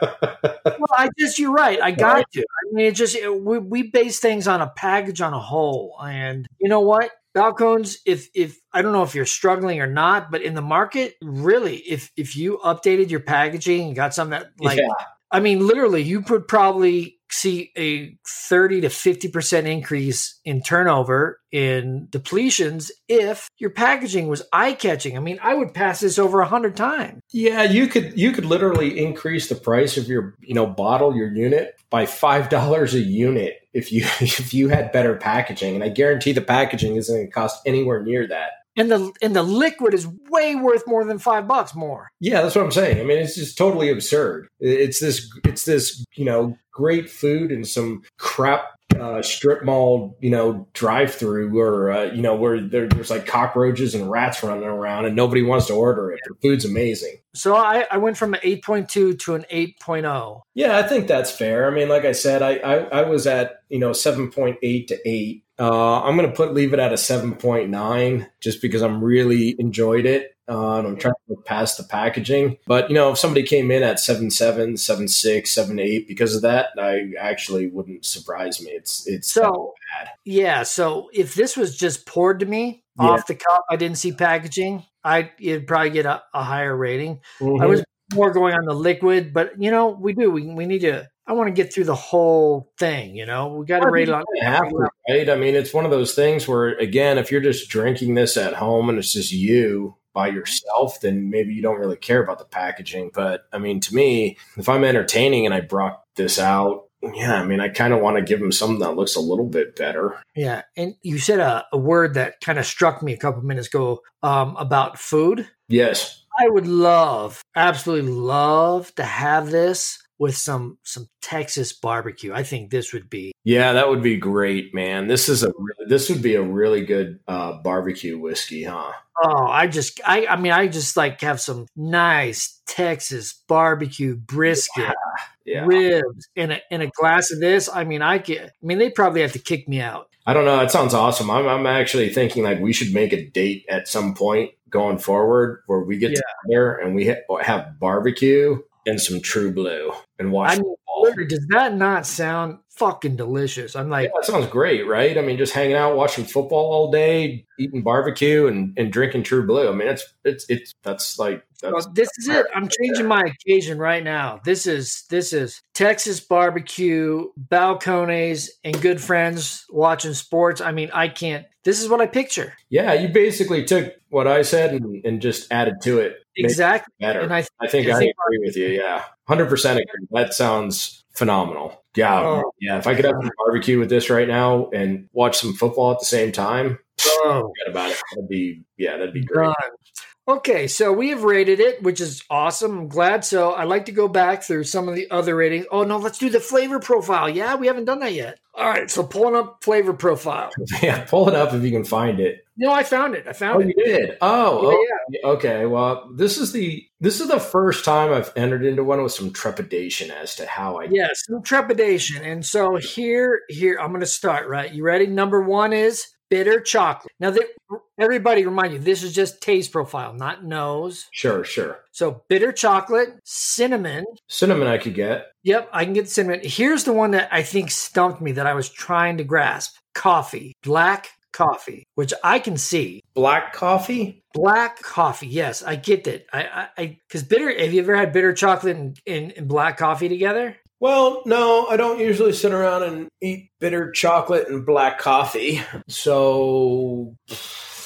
[SPEAKER 3] well, I guess you're right. I got to. I mean, it just we we base things on a package on a whole, and you know what? Balcones, if if I don't know if you're struggling or not, but in the market, really, if if you updated your packaging and got something that like
[SPEAKER 2] Yeah.
[SPEAKER 3] I mean, literally, you could probably see a 30 to 50% increase in turnover in depletions if your packaging was eye catching. I mean, I would pass this over 100 times.
[SPEAKER 2] Yeah, you could you could literally increase the price of your you know bottle your unit by five dollars a unit if you [laughs] if you had better packaging, and I guarantee the packaging isn't going to cost anywhere near that.
[SPEAKER 3] And the and the liquid is way worth more than five bucks more.
[SPEAKER 2] Yeah, that's what I'm saying. I mean, it's just totally absurd. It's this it's this you know great food and some crap. Uh, strip mall, you know, drive through, or uh, you know, where there, there's like cockroaches and rats running around, and nobody wants to order it. The food's amazing.
[SPEAKER 3] So I, I went from an 8.2 to an oh. 8.0.
[SPEAKER 2] Yeah, I think that's fair. I mean, like I said, I I, I was at you know seven point eight to eight. Uh, I'm gonna put leave it at a seven point nine just because I'm really enjoyed it. Uh, and I'm trying to look past the packaging, but you know, if somebody came in at seven seven, seven six, seven eight because of that, I actually wouldn't surprise me. It's it's
[SPEAKER 3] So
[SPEAKER 2] bad.
[SPEAKER 3] yeah, so if this was just poured to me
[SPEAKER 2] Yeah.
[SPEAKER 3] off the cup, I didn't see packaging, I it'd probably get a, a higher rating. I
[SPEAKER 2] Mhm.
[SPEAKER 3] was more going on the liquid, but you know, we do. We, we need to. I want to get through the whole thing. You know, we got to
[SPEAKER 2] Well,
[SPEAKER 3] rate it on.
[SPEAKER 2] You have to, right? I mean, it's one of those things where, again, if you're just drinking this at home and it's just you by yourself, then maybe you don't really care about the packaging. But I mean, to me, if I'm entertaining and I brought this out, yeah, I mean, I kind of want to give them something that looks a little bit better.
[SPEAKER 3] Yeah, and you said a, a word that kind of struck me a couple minutes ago um, about food.
[SPEAKER 2] Yes.
[SPEAKER 3] I would love, absolutely love, to have this with some some Texas barbecue. I think this would be
[SPEAKER 2] Yeah, that would be great, man. This is a really, this would be a really good uh, barbecue whiskey, huh?
[SPEAKER 3] Oh, I just I I mean I just like have some nice Texas barbecue brisket,
[SPEAKER 2] Yeah.
[SPEAKER 3] ribs, and a and a glass of this. I mean I get I mean they probably have to kick me out.
[SPEAKER 2] I don't know. It sounds awesome. I'm, I'm actually thinking like we should make a date at some point going forward where we get
[SPEAKER 3] Yeah.
[SPEAKER 2] together and we ha- have barbecue and some true blue. and watch
[SPEAKER 3] I mean,
[SPEAKER 2] football.
[SPEAKER 3] literally, does that not sound fucking delicious? I'm
[SPEAKER 2] Yeah,
[SPEAKER 3] like,
[SPEAKER 2] that sounds great, right? I mean, just hanging out, watching football all day, eating barbecue, and, and drinking True Blue. I mean, it's it's it's that's like that's,
[SPEAKER 3] well, this is it. I'm changing my occasion right now. This is this is Texas barbecue, balconies, and good friends watching sports. I mean, I can't. This is what I picture
[SPEAKER 2] yeah. You basically took what I said and, and just added to it. Made it
[SPEAKER 3] exactly.
[SPEAKER 2] better.
[SPEAKER 3] And I,
[SPEAKER 2] I think
[SPEAKER 3] I
[SPEAKER 2] I,
[SPEAKER 3] think-
[SPEAKER 2] agree with you. Yeah, hundred percent agree. That sounds phenomenal. Yeah,
[SPEAKER 3] Oh.
[SPEAKER 2] yeah. If I could have a barbecue with this right now and watch some football at the same time,
[SPEAKER 3] oh
[SPEAKER 2] forget about it. That'd be yeah, that'd be great.
[SPEAKER 3] Done. Okay, so we have rated it, which is awesome. I'm glad. So I'd like to go back through some of the other ratings. Oh no, let's do the flavor profile. Yeah, we haven't done that yet. All right, so pulling up flavor profile.
[SPEAKER 2] [laughs] yeah, pull it up if you can find it.
[SPEAKER 3] No, I found it. I
[SPEAKER 2] Oh,
[SPEAKER 3] found
[SPEAKER 2] you
[SPEAKER 3] it.
[SPEAKER 2] did. Oh,
[SPEAKER 3] Yeah,
[SPEAKER 2] oh, okay. Well, this is the this is the first time I've entered into one with some trepidation as to how I.
[SPEAKER 3] Yeah, some trepidation. And so here, here, I'm going to start. Right, you ready? Number one is bitter chocolate. Now, that everybody remind you, this is just taste profile, not nose.
[SPEAKER 2] Sure, sure.
[SPEAKER 3] So bitter chocolate, cinnamon,
[SPEAKER 2] Cinnamon, I could get.
[SPEAKER 3] Yep, I can get cinnamon. Here's the one that I think stumped me that I was trying to grasp coffee, black coffee, which I can see.
[SPEAKER 2] Black coffee.
[SPEAKER 3] Black coffee, yes, I get that. I, I, because bitter. Have you ever had bitter chocolate and, and, and black coffee together?
[SPEAKER 2] Well, no, I don't usually sit around and eat bitter chocolate and black coffee. So,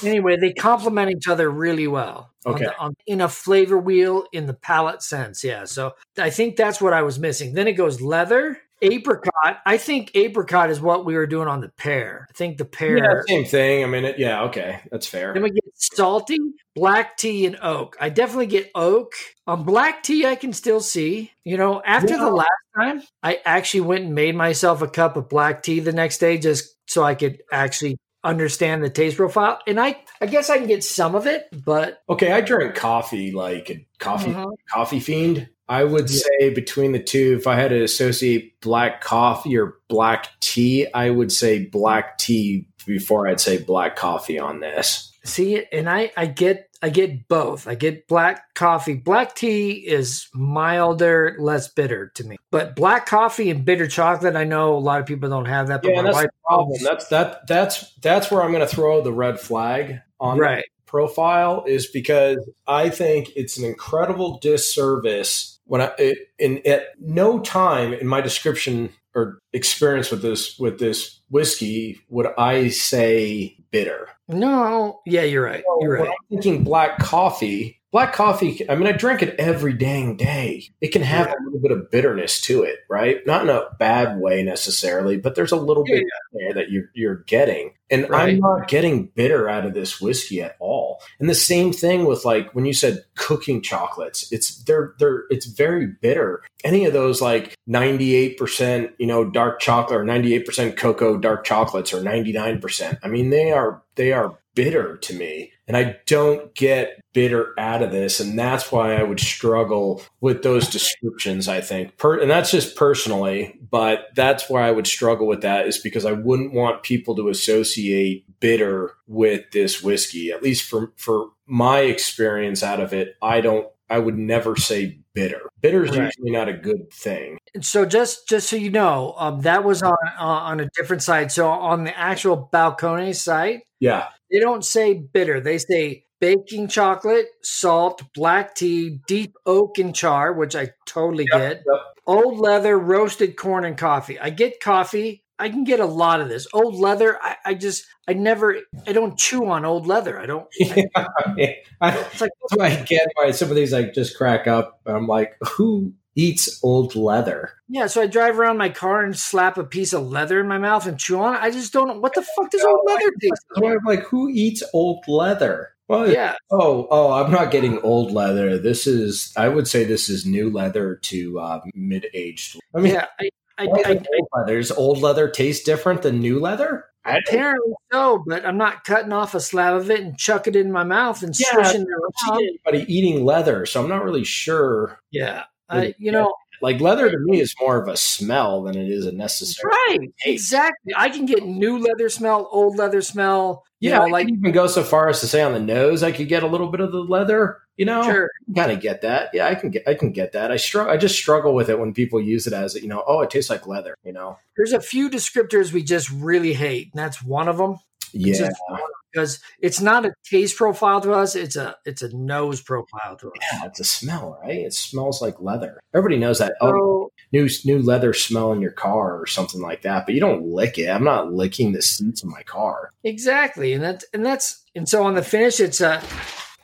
[SPEAKER 3] Anyway, they complement each other really well. on
[SPEAKER 2] Okay.
[SPEAKER 3] the- on- in a flavor wheel, in the palate sense, yeah. So I think that's what I was missing. Then it goes leather, apricot. I think apricot is what we were doing on the pear. I think the pear.
[SPEAKER 2] yeah, same thing. I mean, it, yeah, okay, that's
[SPEAKER 3] Then
[SPEAKER 2] fair.
[SPEAKER 3] we get salty, black tea, and oak. I definitely get oak. On black tea, I can still see. You know, after
[SPEAKER 2] Yeah.
[SPEAKER 3] the last time, I actually went and made myself a cup of black tea the next day just so I could actually understand the taste profile. And I, I guess I can get some of it, but
[SPEAKER 2] Okay, I drink coffee like a coffee
[SPEAKER 3] Mhm.
[SPEAKER 2] coffee fiend. I would say between the two, if I had to associate black coffee or black tea, I would say black tea before I'd say black coffee on this.
[SPEAKER 3] see, and I, I get, I get both. I get black coffee. Black tea is milder, less bitter to me. But black coffee and bitter chocolate, I know a lot of people don't have that. But
[SPEAKER 2] Yeah,
[SPEAKER 3] my
[SPEAKER 2] that's
[SPEAKER 3] wife
[SPEAKER 2] the problem. That's that that's that's where I'm going to throw the red flag on
[SPEAKER 3] right.
[SPEAKER 2] profile is because I think it's an incredible disservice when I it, in at no time in my description or experience with this with this whiskey would I say bitter.
[SPEAKER 3] No, yeah, you're right. You're
[SPEAKER 2] When
[SPEAKER 3] right.
[SPEAKER 2] I'm thinking black coffee, black coffee. I mean, I drink it every dang day. It can have a little bit of bitterness to it, right? Not in a bad way necessarily, but there's a little bit there that you're you're getting. And
[SPEAKER 3] Right.
[SPEAKER 2] I'm not getting bitter out of this whiskey at all. And the same thing with like when you said cooking chocolates, it's they're they're it's very bitter. Any of those like 98%, you know, dark chocolate or 98% cocoa dark chocolates or 99%. I mean, they are they are bitter to me. And I don't get bitter out of this. And that's why I would struggle with those descriptions, I think. Per- and that's just personally, but that's why I would struggle with that is because I wouldn't want people to associate bitter with this whiskey. At least for, for my experience out of it, I don't, I would never say bitter. Bitter is
[SPEAKER 3] Right.
[SPEAKER 2] usually not a good thing.
[SPEAKER 3] And So just just so you know, um, that was on uh, on a different site. So on the actual balcony site,
[SPEAKER 2] Yeah.
[SPEAKER 3] they don't say bitter. They say baking chocolate, salt, black tea, deep oak and char, which I totally
[SPEAKER 2] Yep,
[SPEAKER 3] get.
[SPEAKER 2] yep.
[SPEAKER 3] Old leather, roasted corn and coffee. I get coffee. I can get a lot of this. Old leather, I, I just I never I don't chew on old leather. I don't I, [laughs] it's like
[SPEAKER 2] That's why I get why some of these like just crack up. I'm like, who eats old leather?
[SPEAKER 3] Yeah, so I drive around my car and slap a piece of leather in my mouth and chew on it. I just don't know what the fuck does old leather taste
[SPEAKER 2] That's why I'm like, who eats old leather? Well,
[SPEAKER 3] like? Yeah,
[SPEAKER 2] oh, oh, I'm not getting old leather. This is, I would say, this is new leather to uh, mid-aged. I mean,
[SPEAKER 3] yeah. I, I,
[SPEAKER 2] why is
[SPEAKER 3] I,
[SPEAKER 2] it old leather? Does old leather taste different than new leather? I
[SPEAKER 3] apparently so, but I'm not cutting off a slab of it and chuck it in my mouth and
[SPEAKER 2] Yeah,
[SPEAKER 3] swishing
[SPEAKER 2] don't
[SPEAKER 3] it
[SPEAKER 2] see
[SPEAKER 3] around.
[SPEAKER 2] anybody eating leather, so I'm not really sure.
[SPEAKER 3] Yeah, I, you know,
[SPEAKER 2] Like leather to me is more of a smell than it is a necessary.
[SPEAKER 3] Right. Exactly. I can get new leather smell, old leather smell. You
[SPEAKER 2] Yeah, I
[SPEAKER 3] know, like
[SPEAKER 2] like even go so far as to say on the nose, I could get a little bit of the leather. You know,
[SPEAKER 3] sure.
[SPEAKER 2] kind of get that. Yeah, I can get, I can get that. I struggle. I just struggle with it when people use it as, you know, oh, it tastes like leather. You know,
[SPEAKER 3] There's a few descriptors we just really hate, and that's one of them. It's
[SPEAKER 2] yeah,
[SPEAKER 3] just one of 'em, because it's not a taste profile to us; it's a it's a nose profile to us.
[SPEAKER 2] yeah, it's a smell, right? It smells like leather. Everybody knows that. Oh,
[SPEAKER 3] So
[SPEAKER 2] new new leather smell in your car or something like that, but you don't lick it. I'm not licking the seats in my car.
[SPEAKER 3] exactly, and that's and that's and so on the finish, it's uh, a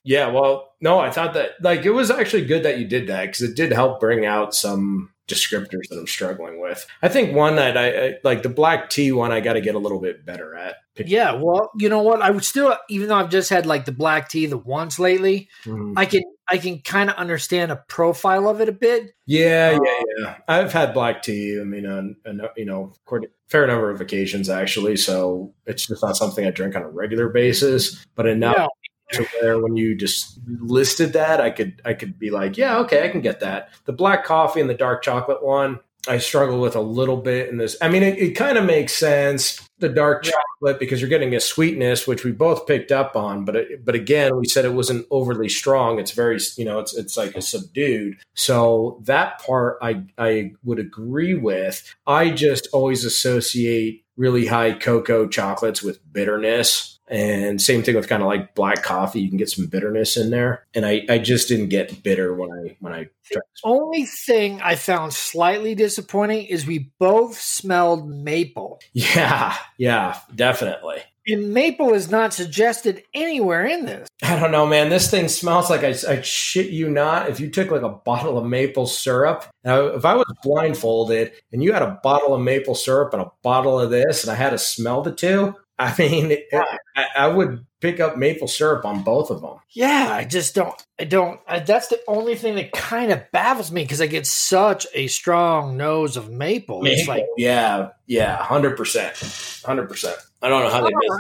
[SPEAKER 2] Yeah, well, no, I thought that like it was actually good that you did that because it did help bring out some descriptors that I'm struggling with. I think one that I, I like the black tea one I got to get a little bit better at.
[SPEAKER 3] yeah. Well, you know what? I would still, even though I've just had like the black tea the once lately,
[SPEAKER 2] Mm.
[SPEAKER 3] I can I can kind of understand a profile of it a bit.
[SPEAKER 2] Yeah, yeah, yeah. I've had black tea. I mean, on, on you know, quite a fair number of occasions actually. So it's just not something I drink on a regular basis. But enough
[SPEAKER 3] No,
[SPEAKER 2] to where when you just listed that, I could I could be like, yeah, okay, I can get that. The black coffee and the dark chocolate one, I struggle with a little bit in this. I mean, it, it kind of makes sense the dark chocolate because you're getting a sweetness which we both picked up on, but it, but again, we said it wasn't overly strong. It's very you know, it's it's like a subdued. So that part I I would agree with. I just always associate really high cocoa chocolates with bitterness. And same thing with kind of like black coffee, you can get some bitterness in there. And I, I just didn't get bitter when I when I tried.
[SPEAKER 3] only thing I found slightly disappointing is we both smelled maple.
[SPEAKER 2] [laughs] Yeah, yeah, definitely.
[SPEAKER 3] And maple is not suggested anywhere in this.
[SPEAKER 2] I don't know, man. This thing smells like I, I shit you not. If you took like a bottle of maple syrup, now if I was blindfolded and you had a bottle of maple syrup and a bottle of this, and I had to smell the two, I mean, [laughs] it- I, I would pick up maple syrup on both of them.
[SPEAKER 3] Yeah, I just don't. I don't. I, that's the only thing that kind of baffles me because I get such a strong nose of maple. It's like,
[SPEAKER 2] [laughs] yeah, yeah, hundred percent, hundred percent. I don't know how they miss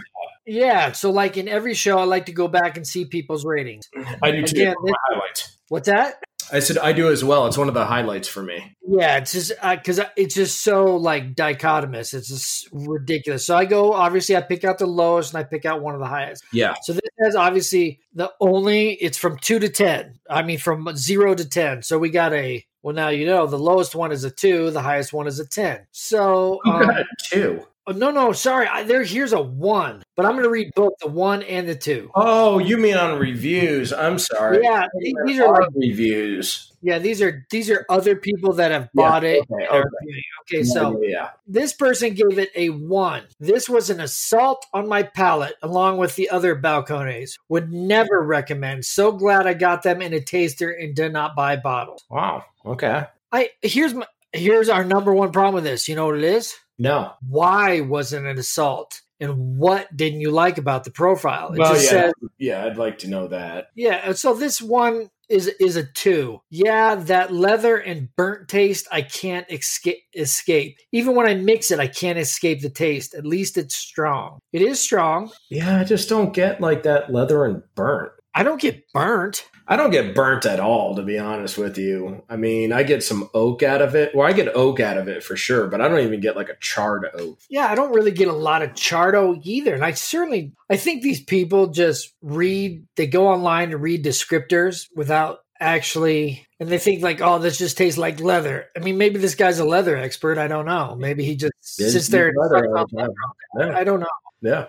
[SPEAKER 3] yeah. So, like in every show, I like to go back and see people's ratings.
[SPEAKER 2] it. I do too.
[SPEAKER 3] Again,
[SPEAKER 2] One of my highlights.
[SPEAKER 3] What's that?
[SPEAKER 2] I said I do as well. It's one of the highlights for me.
[SPEAKER 3] Yeah, it's just because it's just so like dichotomous. It's just ridiculous. So I go obviously I pick out the lowest and I pick out one of the highest.
[SPEAKER 2] Yeah,
[SPEAKER 3] So this has obviously the only it's from two to ten. I mean from zero to ten. So we got a well now you know the lowest one is a two, the highest one is a ten. So um,
[SPEAKER 2] two.
[SPEAKER 3] oh, no no sorry I, there here's a one, but I'm going to read both the one and the two.
[SPEAKER 2] Oh, you mean on reviews? I'm sorry.
[SPEAKER 3] Yeah, th- these are like
[SPEAKER 2] reviews.
[SPEAKER 3] yeah these are these are other people that have bought it.
[SPEAKER 2] okay,
[SPEAKER 3] and are
[SPEAKER 2] okay.
[SPEAKER 3] reviewing. okay, so.
[SPEAKER 2] yeah,
[SPEAKER 3] This person gave it a one. This was an assault on my palate, along with the other balcones. Would never recommend. So glad I got them in a taster and did not buy bottles.
[SPEAKER 2] wow, okay,
[SPEAKER 3] I here's my here's our number one problem with this. You know what it is?
[SPEAKER 2] no,
[SPEAKER 3] Why wasn't an assault? And what didn't you like about the profile? It
[SPEAKER 2] well, yeah,
[SPEAKER 3] just says
[SPEAKER 2] yeah, I'd like to know that.
[SPEAKER 3] yeah, and so this one is is a two. Yeah, that leather and burnt taste I can't escape. Escape. Even when I mix it, I can't escape the taste. At least it's strong. It is strong.
[SPEAKER 2] Yeah, I just don't get like that leather and burnt.
[SPEAKER 3] I don't get burnt.
[SPEAKER 2] I don't get burnt at all, to be honest with you. I mean, I get some oak out of it. Well, I get oak out of it for sure, but I don't even get like a charred oak.
[SPEAKER 3] Yeah, I don't really get a lot of chardo either. And I certainly, I think these people just read. They go online to read descriptors without actually, and they think like, oh, this just tastes like leather. I mean, maybe this guy's a leather expert. I don't know. Maybe he just sits there and
[SPEAKER 2] Leather
[SPEAKER 3] talks
[SPEAKER 2] all the time.
[SPEAKER 3] about leather. I don't know.
[SPEAKER 2] Yeah.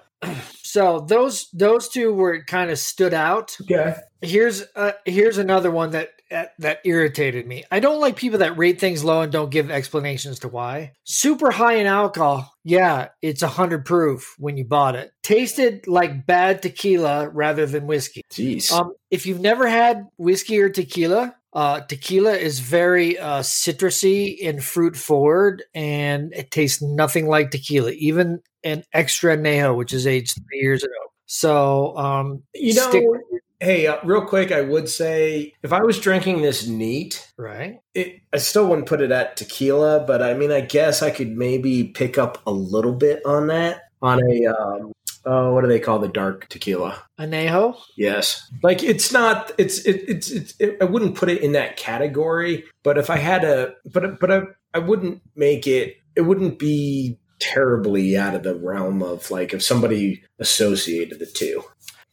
[SPEAKER 3] So those those two were kind of stood out.
[SPEAKER 2] yeah. Okay.
[SPEAKER 3] Here's uh, here's another one that that that irritated me. I don't like people that rate things low and don't give explanations to why. Super high in alcohol. Yeah, it's 100 proof when you bought it. Tasted like bad tequila rather than whiskey.
[SPEAKER 2] Jeez.
[SPEAKER 3] Um, if you've never had whiskey or tequila, uh, tequila is very uh, citrusy and fruit forward, and it tastes nothing like tequila, even an extra Nejo, which is aged three years ago. So, um,
[SPEAKER 2] you know,
[SPEAKER 3] stick-
[SPEAKER 2] hey, uh, real quick, I would say if I was drinking this neat,
[SPEAKER 3] right?
[SPEAKER 2] it, I still wouldn't put it at tequila, but I mean, I guess I could maybe pick up a little bit on that on a um, uh, what do they call the dark tequila?
[SPEAKER 3] Anejo.
[SPEAKER 2] Yes. Like it's not it's it, it's it's it, I wouldn't put it in that category, but if I had a but but I I wouldn't make it it wouldn't be terribly out of the realm of like if somebody associated the two.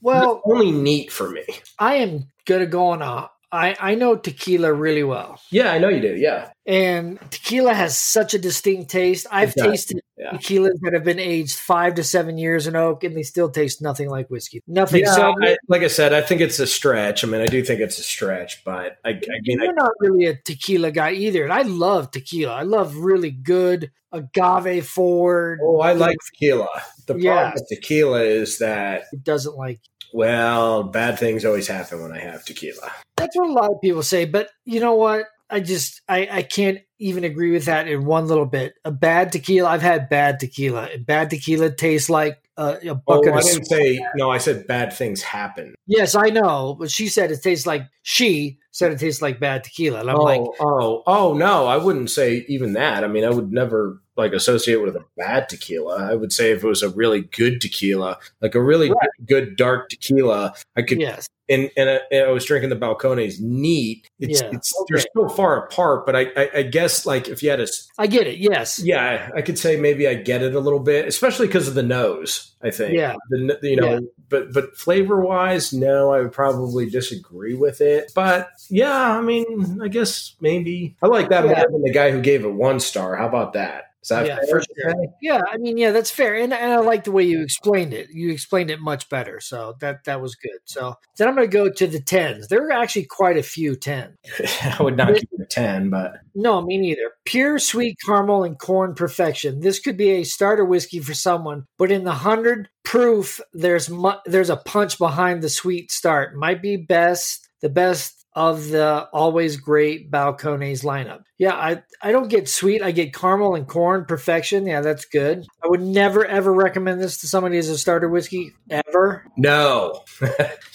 [SPEAKER 3] Well,
[SPEAKER 2] It's only neat for me.
[SPEAKER 3] I am gonna go on a. I I know tequila really well,
[SPEAKER 2] Yeah, I know you do. Yeah.
[SPEAKER 3] and tequila has such a distinct taste. I've
[SPEAKER 2] It does,
[SPEAKER 3] tasted
[SPEAKER 2] yeah.
[SPEAKER 3] tequilas that have been aged five to seven years in oak, and they still taste nothing like whiskey. Nothing.
[SPEAKER 2] Yeah,
[SPEAKER 3] so
[SPEAKER 2] I, like I said, I think it's a stretch. I mean, I do think it's a stretch, but I, I mean, I,
[SPEAKER 3] you're not really a tequila guy either, and I love tequila. I love really good agave forward.
[SPEAKER 2] oh, I like tequila. The problem
[SPEAKER 3] Yeah.
[SPEAKER 2] with tequila is that
[SPEAKER 3] It doesn't like.
[SPEAKER 2] well, bad things always happen when I have tequila.
[SPEAKER 3] That's what a lot of people say, but you know what? I just I, I can't even agree with that in one little bit. A bad tequila, I've had bad tequila. and Bad tequila tastes like a, a
[SPEAKER 2] Oh,
[SPEAKER 3] bucket
[SPEAKER 2] I
[SPEAKER 3] of.
[SPEAKER 2] didn't say no. I said bad things happen.
[SPEAKER 3] yes, I know, but she said it tastes like she said it tastes like bad tequila, and I'm
[SPEAKER 2] oh,
[SPEAKER 3] like,
[SPEAKER 2] oh, oh no! I wouldn't say even that. I mean, I would never like associate it with a bad tequila. I would say if it was a really good tequila, like a really good dark tequila, I could.
[SPEAKER 3] yes,
[SPEAKER 2] And and I, and I was drinking the Balcones neat. It's,
[SPEAKER 3] Yeah.
[SPEAKER 2] it's they're so far apart, but I, I I guess like if you had a s-
[SPEAKER 3] I get it. Yes,
[SPEAKER 2] yeah, I could say maybe I get it a little bit, especially because of the nose. I think
[SPEAKER 3] Yeah.
[SPEAKER 2] the, n- you know,
[SPEAKER 3] Yeah.
[SPEAKER 2] but but flavor wise, no, I would probably disagree with it. But yeah, I mean, I guess maybe I like that
[SPEAKER 3] Yeah.
[SPEAKER 2] more than the guy who gave it one star. How about that? Is that
[SPEAKER 3] Yeah,
[SPEAKER 2] fair?
[SPEAKER 3] for sure. yeah. I mean, yeah, that's fair, and, and I like the way you explained it. You explained it much better, so that that was good. So then I'm going to go to the tens. There are actually quite a few tens.
[SPEAKER 2] [laughs] I would not give it a ten, but
[SPEAKER 3] No, me neither. Pure sweet caramel and corn perfection. This could be a starter whiskey for someone, but in the hundred proof, there's mu- there's a punch behind the sweet start. Might be best, the best of the always great Balcones lineup. Yeah, I I don't get sweet. I get caramel and corn perfection. Yeah, that's good. I would never ever recommend this to somebody as a starter whiskey ever.
[SPEAKER 2] no, [laughs]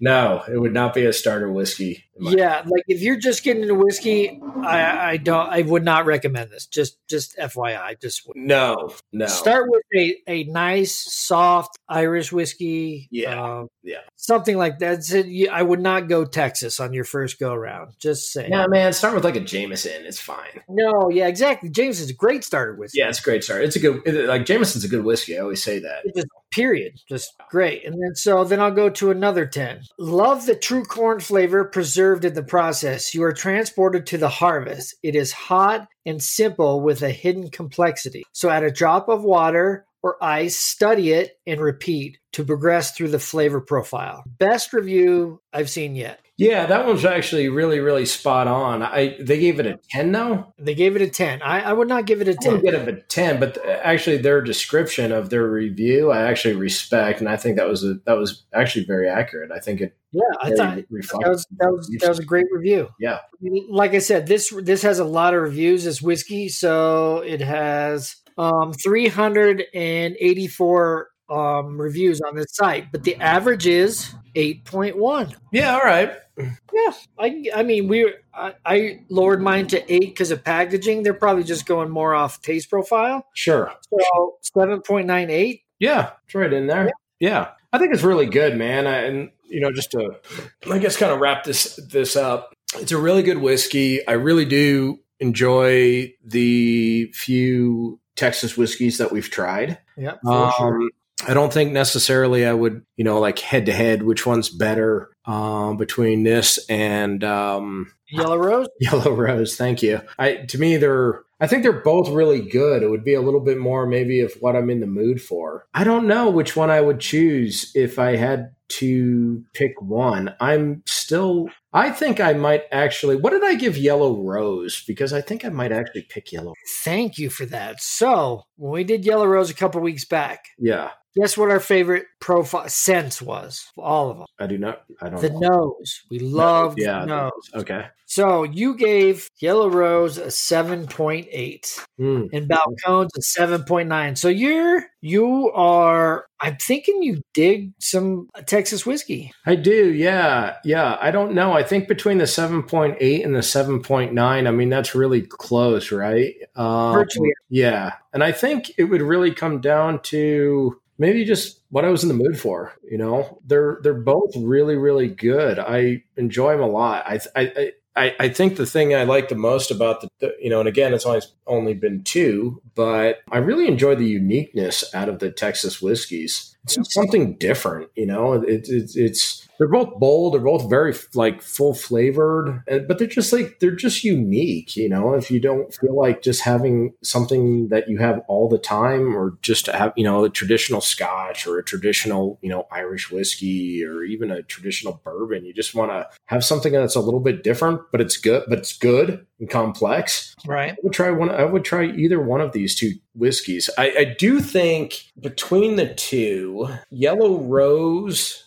[SPEAKER 2] no, it would not be a starter whiskey. in my-
[SPEAKER 3] Yeah, like if you're just getting into whiskey, I I don't I would not recommend this. Just just FYI, I just would.
[SPEAKER 2] No, no.
[SPEAKER 3] Start with a, a nice, soft Irish whiskey.
[SPEAKER 2] Yeah,
[SPEAKER 3] um,
[SPEAKER 2] yeah.
[SPEAKER 3] Something like that. That's it. You- I would not go Texas on your first go round. Just saying.
[SPEAKER 2] yeah, man. Start with like a Jameson. It's fine.
[SPEAKER 3] No, yeah, exactly. James is a great starter whiskey.
[SPEAKER 2] Yeah, it's a great start. It's a good it- like Jameson's a good whiskey. I always say that.
[SPEAKER 3] Just period. Just great. And then so then I'll go to another 10. Love the true corn flavor preserved in the process. You are transported to the harvest. It is hot and simple with a hidden complexity. So add a drop of water or ice, study it, and repeat to progress through the flavor profile. Best review I've seen yet.
[SPEAKER 2] Yeah, that one's actually really really spot on. I they gave it a ten though.
[SPEAKER 3] They gave it a 10. I, I would not give it a
[SPEAKER 2] I
[SPEAKER 3] 10.
[SPEAKER 2] didn't get it a ten, but th- actually their description of their review I actually respect, and I think that was a that was actually very accurate. I think it
[SPEAKER 3] Yeah, I
[SPEAKER 2] really
[SPEAKER 3] thought
[SPEAKER 2] reflects.
[SPEAKER 3] that was that was that was a great review.
[SPEAKER 2] Yeah.
[SPEAKER 3] like I said, this this has a lot of reviews. This whiskey, so it has um 384 um reviews on this site, but the average is 8.1.
[SPEAKER 2] yeah, all right.
[SPEAKER 3] Yeah, I I mean we I, I lowered mine to eight because of packaging. They're probably just going more off taste profile.
[SPEAKER 2] Sure.
[SPEAKER 3] So 7.98.
[SPEAKER 2] Yeah, it's right in there. Yeah. I think it's really good, man. I, and you know, just to I guess kind of wrap this this up. It's a really good whiskey. I really do enjoy the few Texas whiskeys that we've tried.
[SPEAKER 3] Yeah, for
[SPEAKER 2] Um,
[SPEAKER 3] sure.
[SPEAKER 2] I don't think necessarily I would, you know, like head to head which one's better um, between this and um, [laughs]
[SPEAKER 3] Yellow Rose.
[SPEAKER 2] Yellow Rose, thank you. I to me they're I think they're both really good. It would be a little bit more maybe of what I'm in the mood for. I don't know which one I would choose if I had to pick one. I'm still I think I might actually what did I give Yellow Rose? Because I think I might actually pick Yellow.
[SPEAKER 3] Thank you for that. So when we did Yellow Rose a couple weeks back,
[SPEAKER 2] Yeah.
[SPEAKER 3] Guess what our favorite profile sense was? All of them.
[SPEAKER 2] I do not I don't
[SPEAKER 3] The
[SPEAKER 2] know.
[SPEAKER 3] nose. We loved
[SPEAKER 2] yeah,
[SPEAKER 3] Oh, the
[SPEAKER 2] the
[SPEAKER 3] nose.
[SPEAKER 2] Okay.
[SPEAKER 3] So you gave Yellow Rose a 7.8
[SPEAKER 2] Mm.
[SPEAKER 3] and Balcones a 7.9. So you're you are I'm thinking you dig some Texas whiskey.
[SPEAKER 2] I do, yeah, yeah. I don't know. I think between the seven point eight and the seven point nine, I mean that's really close, right? Um,
[SPEAKER 3] Oh, Virtually.
[SPEAKER 2] Yeah. And I think it would really come down to maybe just what I was in the mood for. You know, they're they're both really really good. I enjoy them a lot. I I. I I, think the thing I like the most about the, the, you know, and again, it's always only been two, but I really enjoy the uniqueness out of the Texas whiskeys. It's yep. something different, you know. It, it, it's they're both bold, they're both very like full flavored, but they're just like they're just unique, you know. If you don't feel like just having something that you have all the time, or just to have you know a traditional Scotch or a traditional you know Irish whiskey or even a traditional bourbon, you just want to have something that's a little bit different, but it's good, but it's good and complex.
[SPEAKER 3] Right. I
[SPEAKER 2] would try one. I would try either one of these two whiskeys. I, I do think between the two, Yellow Rose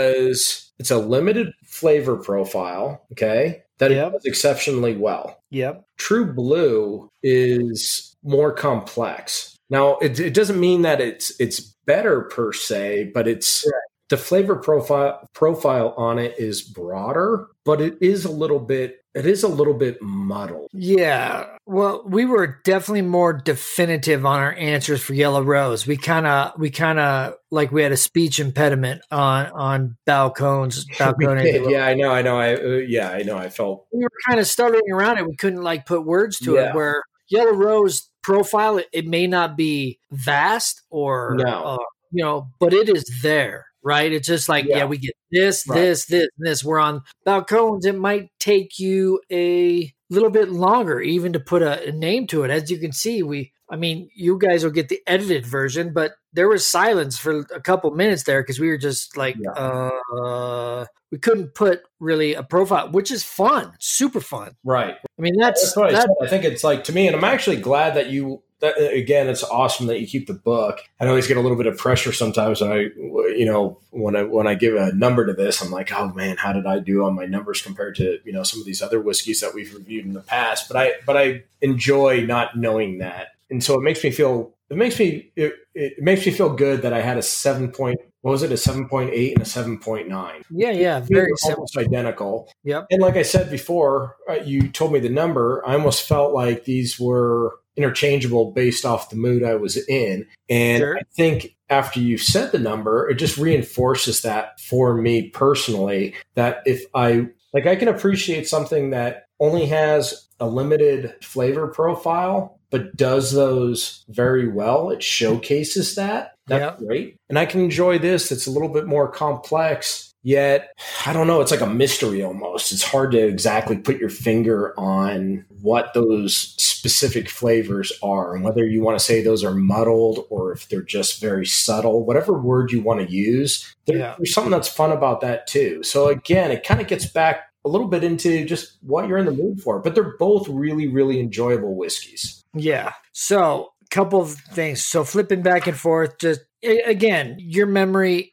[SPEAKER 2] does. It's a limited flavor profile. Okay, that yep. does exceptionally well.
[SPEAKER 3] Yep.
[SPEAKER 2] True Blue is more complex. Now, it, it doesn't mean that it's it's better per se, but it's. Right the flavor profile profile on it is broader but it is a little bit it is a little bit muddled
[SPEAKER 3] yeah well we were definitely more definitive on our answers for yellow rose we kind of we kind of like we had a speech impediment on on [laughs] balcones
[SPEAKER 2] balcones [laughs] yeah i know i know i uh, yeah i know i felt
[SPEAKER 3] we were kind of stuttering around it we couldn't like put words to yeah. it where yellow rose profile it, it, may not be vast or
[SPEAKER 2] no.
[SPEAKER 3] Uh, you know but it is there right? It's just like, yeah, yeah we get this, right. this, this, this. We're on balcones. It might take you a little bit longer even to put a, a, name to it. As you can see, we, I mean, you guys will get the edited version, but there was silence for a couple minutes there because we were just like, yeah. uh, we couldn't put really a profile, which is fun, super fun.
[SPEAKER 2] Right.
[SPEAKER 3] I mean, that's,
[SPEAKER 2] that's that, I, I think it's like to me, and I'm actually glad that you that, uh, again, it's awesome that you keep the book. I always get a little bit of pressure sometimes when I, you know, when I when I give a number to this, I'm like, oh man, how did I do on my numbers compared to you know some of these other whiskeys that we've reviewed in the past? But I but I enjoy not knowing that, and so it makes me feel it makes me it, it makes me feel good that I had a seven point what was it a 7.8 and a 7.9
[SPEAKER 3] yeah yeah very
[SPEAKER 2] almost similar. identical
[SPEAKER 3] yep
[SPEAKER 2] and like i said before uh, you told me the number i almost felt like these were interchangeable based off the mood I was in. And sure. I think after you've said the number, it just reinforces that for me personally that if I like, I can appreciate something that only has a limited flavor profile, but does those very well. It showcases that. That's yeah. great. And I can enjoy this that's a little bit more complex yet i don't know it's like a mystery almost it's hard to exactly put your finger on what those specific flavors are and whether you want to say those are muddled or if they're just very subtle whatever word you want to use there, yeah. there's something that's fun about that too so again it kind of gets back a little bit into just what you're in the mood for but they're both really really enjoyable whiskeys
[SPEAKER 3] yeah so couple of things so flipping back and forth just again, your memory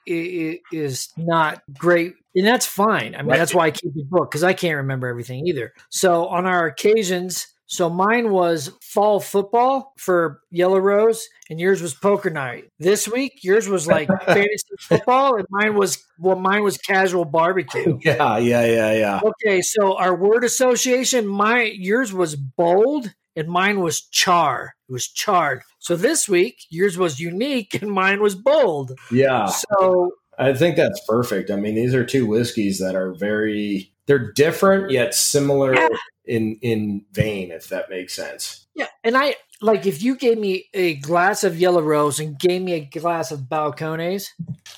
[SPEAKER 3] is not great, and that's fine. I mean, right. that's why I keep the book because I can't remember everything either. So on our occasions, so mine was fall football for Yellow Rose, and yours was poker night. This week, yours was like fantasy football, and mine was well, mine was casual barbecue.
[SPEAKER 2] Yeah, yeah, yeah, yeah.
[SPEAKER 3] Okay, so our word association, my yours was bold, and mine was char. It was charred. So this week, yours was unique and mine was bold.
[SPEAKER 2] Yeah.
[SPEAKER 3] So
[SPEAKER 2] I think that's perfect. I mean, these are two whiskeys that are very they're different yet similar yeah. in in vein, if that makes sense.
[SPEAKER 3] Yeah, and I like if you gave me a glass of Yellow Rose and gave me a glass of Balcones,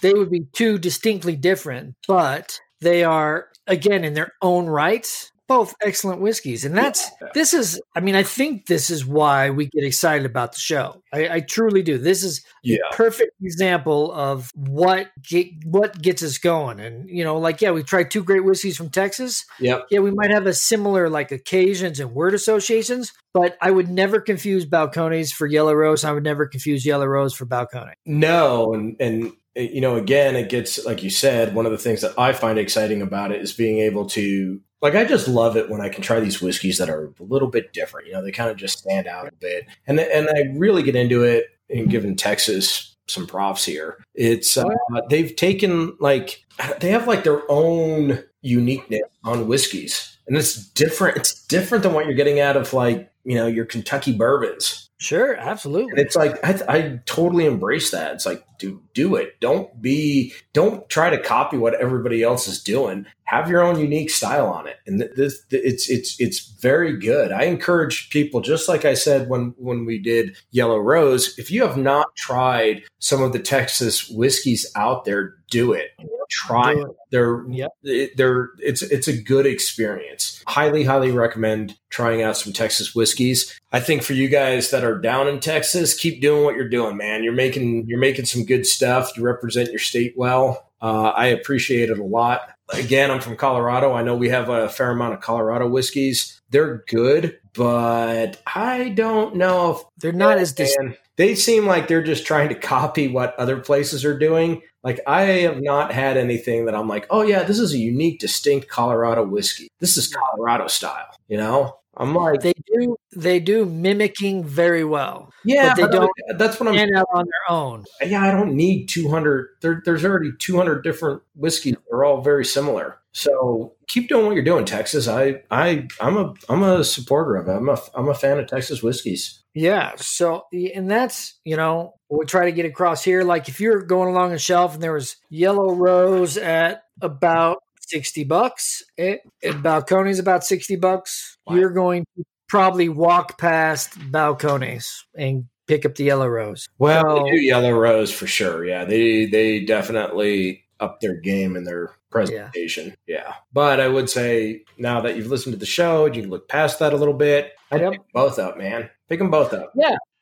[SPEAKER 3] they would be two distinctly different, but they are again in their own rights both excellent whiskeys. And that's this is I mean, I think this is why we get excited about the show. I, I truly do. This is
[SPEAKER 2] yeah.
[SPEAKER 3] perfect example of what get, what gets us going. And you know, like yeah, we tried two great whiskeys from Texas.
[SPEAKER 2] Yep.
[SPEAKER 3] Yeah, we might have a similar like occasions and word associations, but I would never confuse balconies for yellow rose. I would never confuse yellow rose for balcony.
[SPEAKER 2] No, and and uh, you know, again, it gets like you said. One of the things that I find exciting about it is being able to like I just love it when I can try these whiskeys that are a little bit different. You know, they kind of just stand out a bit, and and I really get into it. And given Texas some props here, it's uh, they've taken like they have like their own uniqueness on whiskeys. And it's different. It's different than what you're getting out of like, you know, your Kentucky bourbons.
[SPEAKER 3] Sure, absolutely.
[SPEAKER 2] And it's like I, I totally embrace that. It's like do do it. Don't be don't try to copy what everybody else is doing. Have your own unique style on it, and th- this th- it's it's it's very good. I encourage people, just like I said when when we did Yellow Rose. If you have not tried some of the Texas whiskeys out there, do it. Try
[SPEAKER 3] Do
[SPEAKER 2] it. They're
[SPEAKER 3] Yep.
[SPEAKER 2] it- they're it's it's a good experience. Highly highly recommend trying out some Texas whiskeys. I think for you guys that are down in Texas, keep doing what you're doing, man. You're making you're making some good stuff. You represent your state well. Uh, I appreciate it a lot. Again, I'm from Colorado. I know we have a fair amount of Colorado whiskeys. They're good, but I don't know if
[SPEAKER 3] They're not as dis-
[SPEAKER 2] and they seem like they're just trying to copy what other places are doing. Like I have not had anything that I'm like, oh yeah, this is a unique, distinct Colorado whiskey. This is Colorado style, you know. I'm like,
[SPEAKER 3] they do they do mimicking very well
[SPEAKER 2] yeah,
[SPEAKER 3] but they
[SPEAKER 2] but I'm- That's what I'm.
[SPEAKER 3] and out on their own.
[SPEAKER 2] Yeah, I don't need 200. There, there's already 200 different whiskeys. They're all very similar. So keep doing what you're doing, Texas. I, I, I'm a, I'm a supporter of it. I'm a, I'm a fan of Texas whiskeys.
[SPEAKER 3] Yeah. So, and that's, you know, we try to get across here. Like if you're going along a shelf and there was yellow rose at about 60 bucks, it, and balconies about 60 bucks,
[SPEAKER 2] Wow.
[SPEAKER 3] you're going to probably walk past balconies and pick up the yellow rose.
[SPEAKER 2] Well,
[SPEAKER 3] So-
[SPEAKER 2] they do Yellow Rose for sure. Yeah, they they definitely up their game in their presentation. Yeah. but I would say now that you've listened to the show, you can look past that a little bit. I
[SPEAKER 3] Yep.
[SPEAKER 2] would pick both up, man. Pick them both up.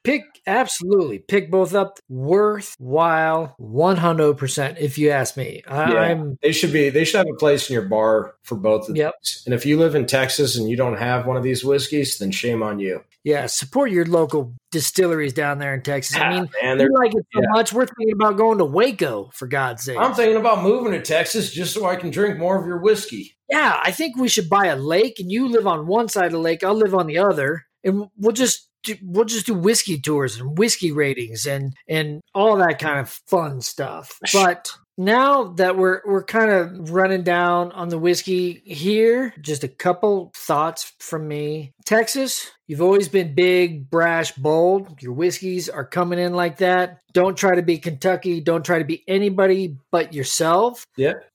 [SPEAKER 3] Pick absolutely pick both up. Worthwhile, one hundred percent. If you ask me, I,
[SPEAKER 2] Yeah.
[SPEAKER 3] I'm
[SPEAKER 2] They should be. They should have a place in your bar for both of
[SPEAKER 3] Yep.
[SPEAKER 2] these. And if you live in Texas and you don't have one of these whiskeys, then shame on you.
[SPEAKER 3] yeah. Support your local distilleries down there in Texas.
[SPEAKER 2] [laughs]
[SPEAKER 3] I mean,
[SPEAKER 2] man,
[SPEAKER 3] We
[SPEAKER 2] they're-
[SPEAKER 3] like it so
[SPEAKER 2] yeah.
[SPEAKER 3] much. We're thinking about going to Waco for God's sake.
[SPEAKER 2] I'm thinking about moving to Texas just so I can drink more of your whiskey.
[SPEAKER 3] yeah, I think we should buy a lake, and you live on one side of the lake. I'll live on the other, and we'll just do, we'll just do whiskey tours and whiskey ratings and and all that kind of fun stuff. But now that we're we're kind of running down on the whiskey here, just a couple thoughts from me. Texas, you've always been big, brash, bold. Your whiskeys are coming in like that. Don't try to be Kentucky. Don't try to be anybody but yourself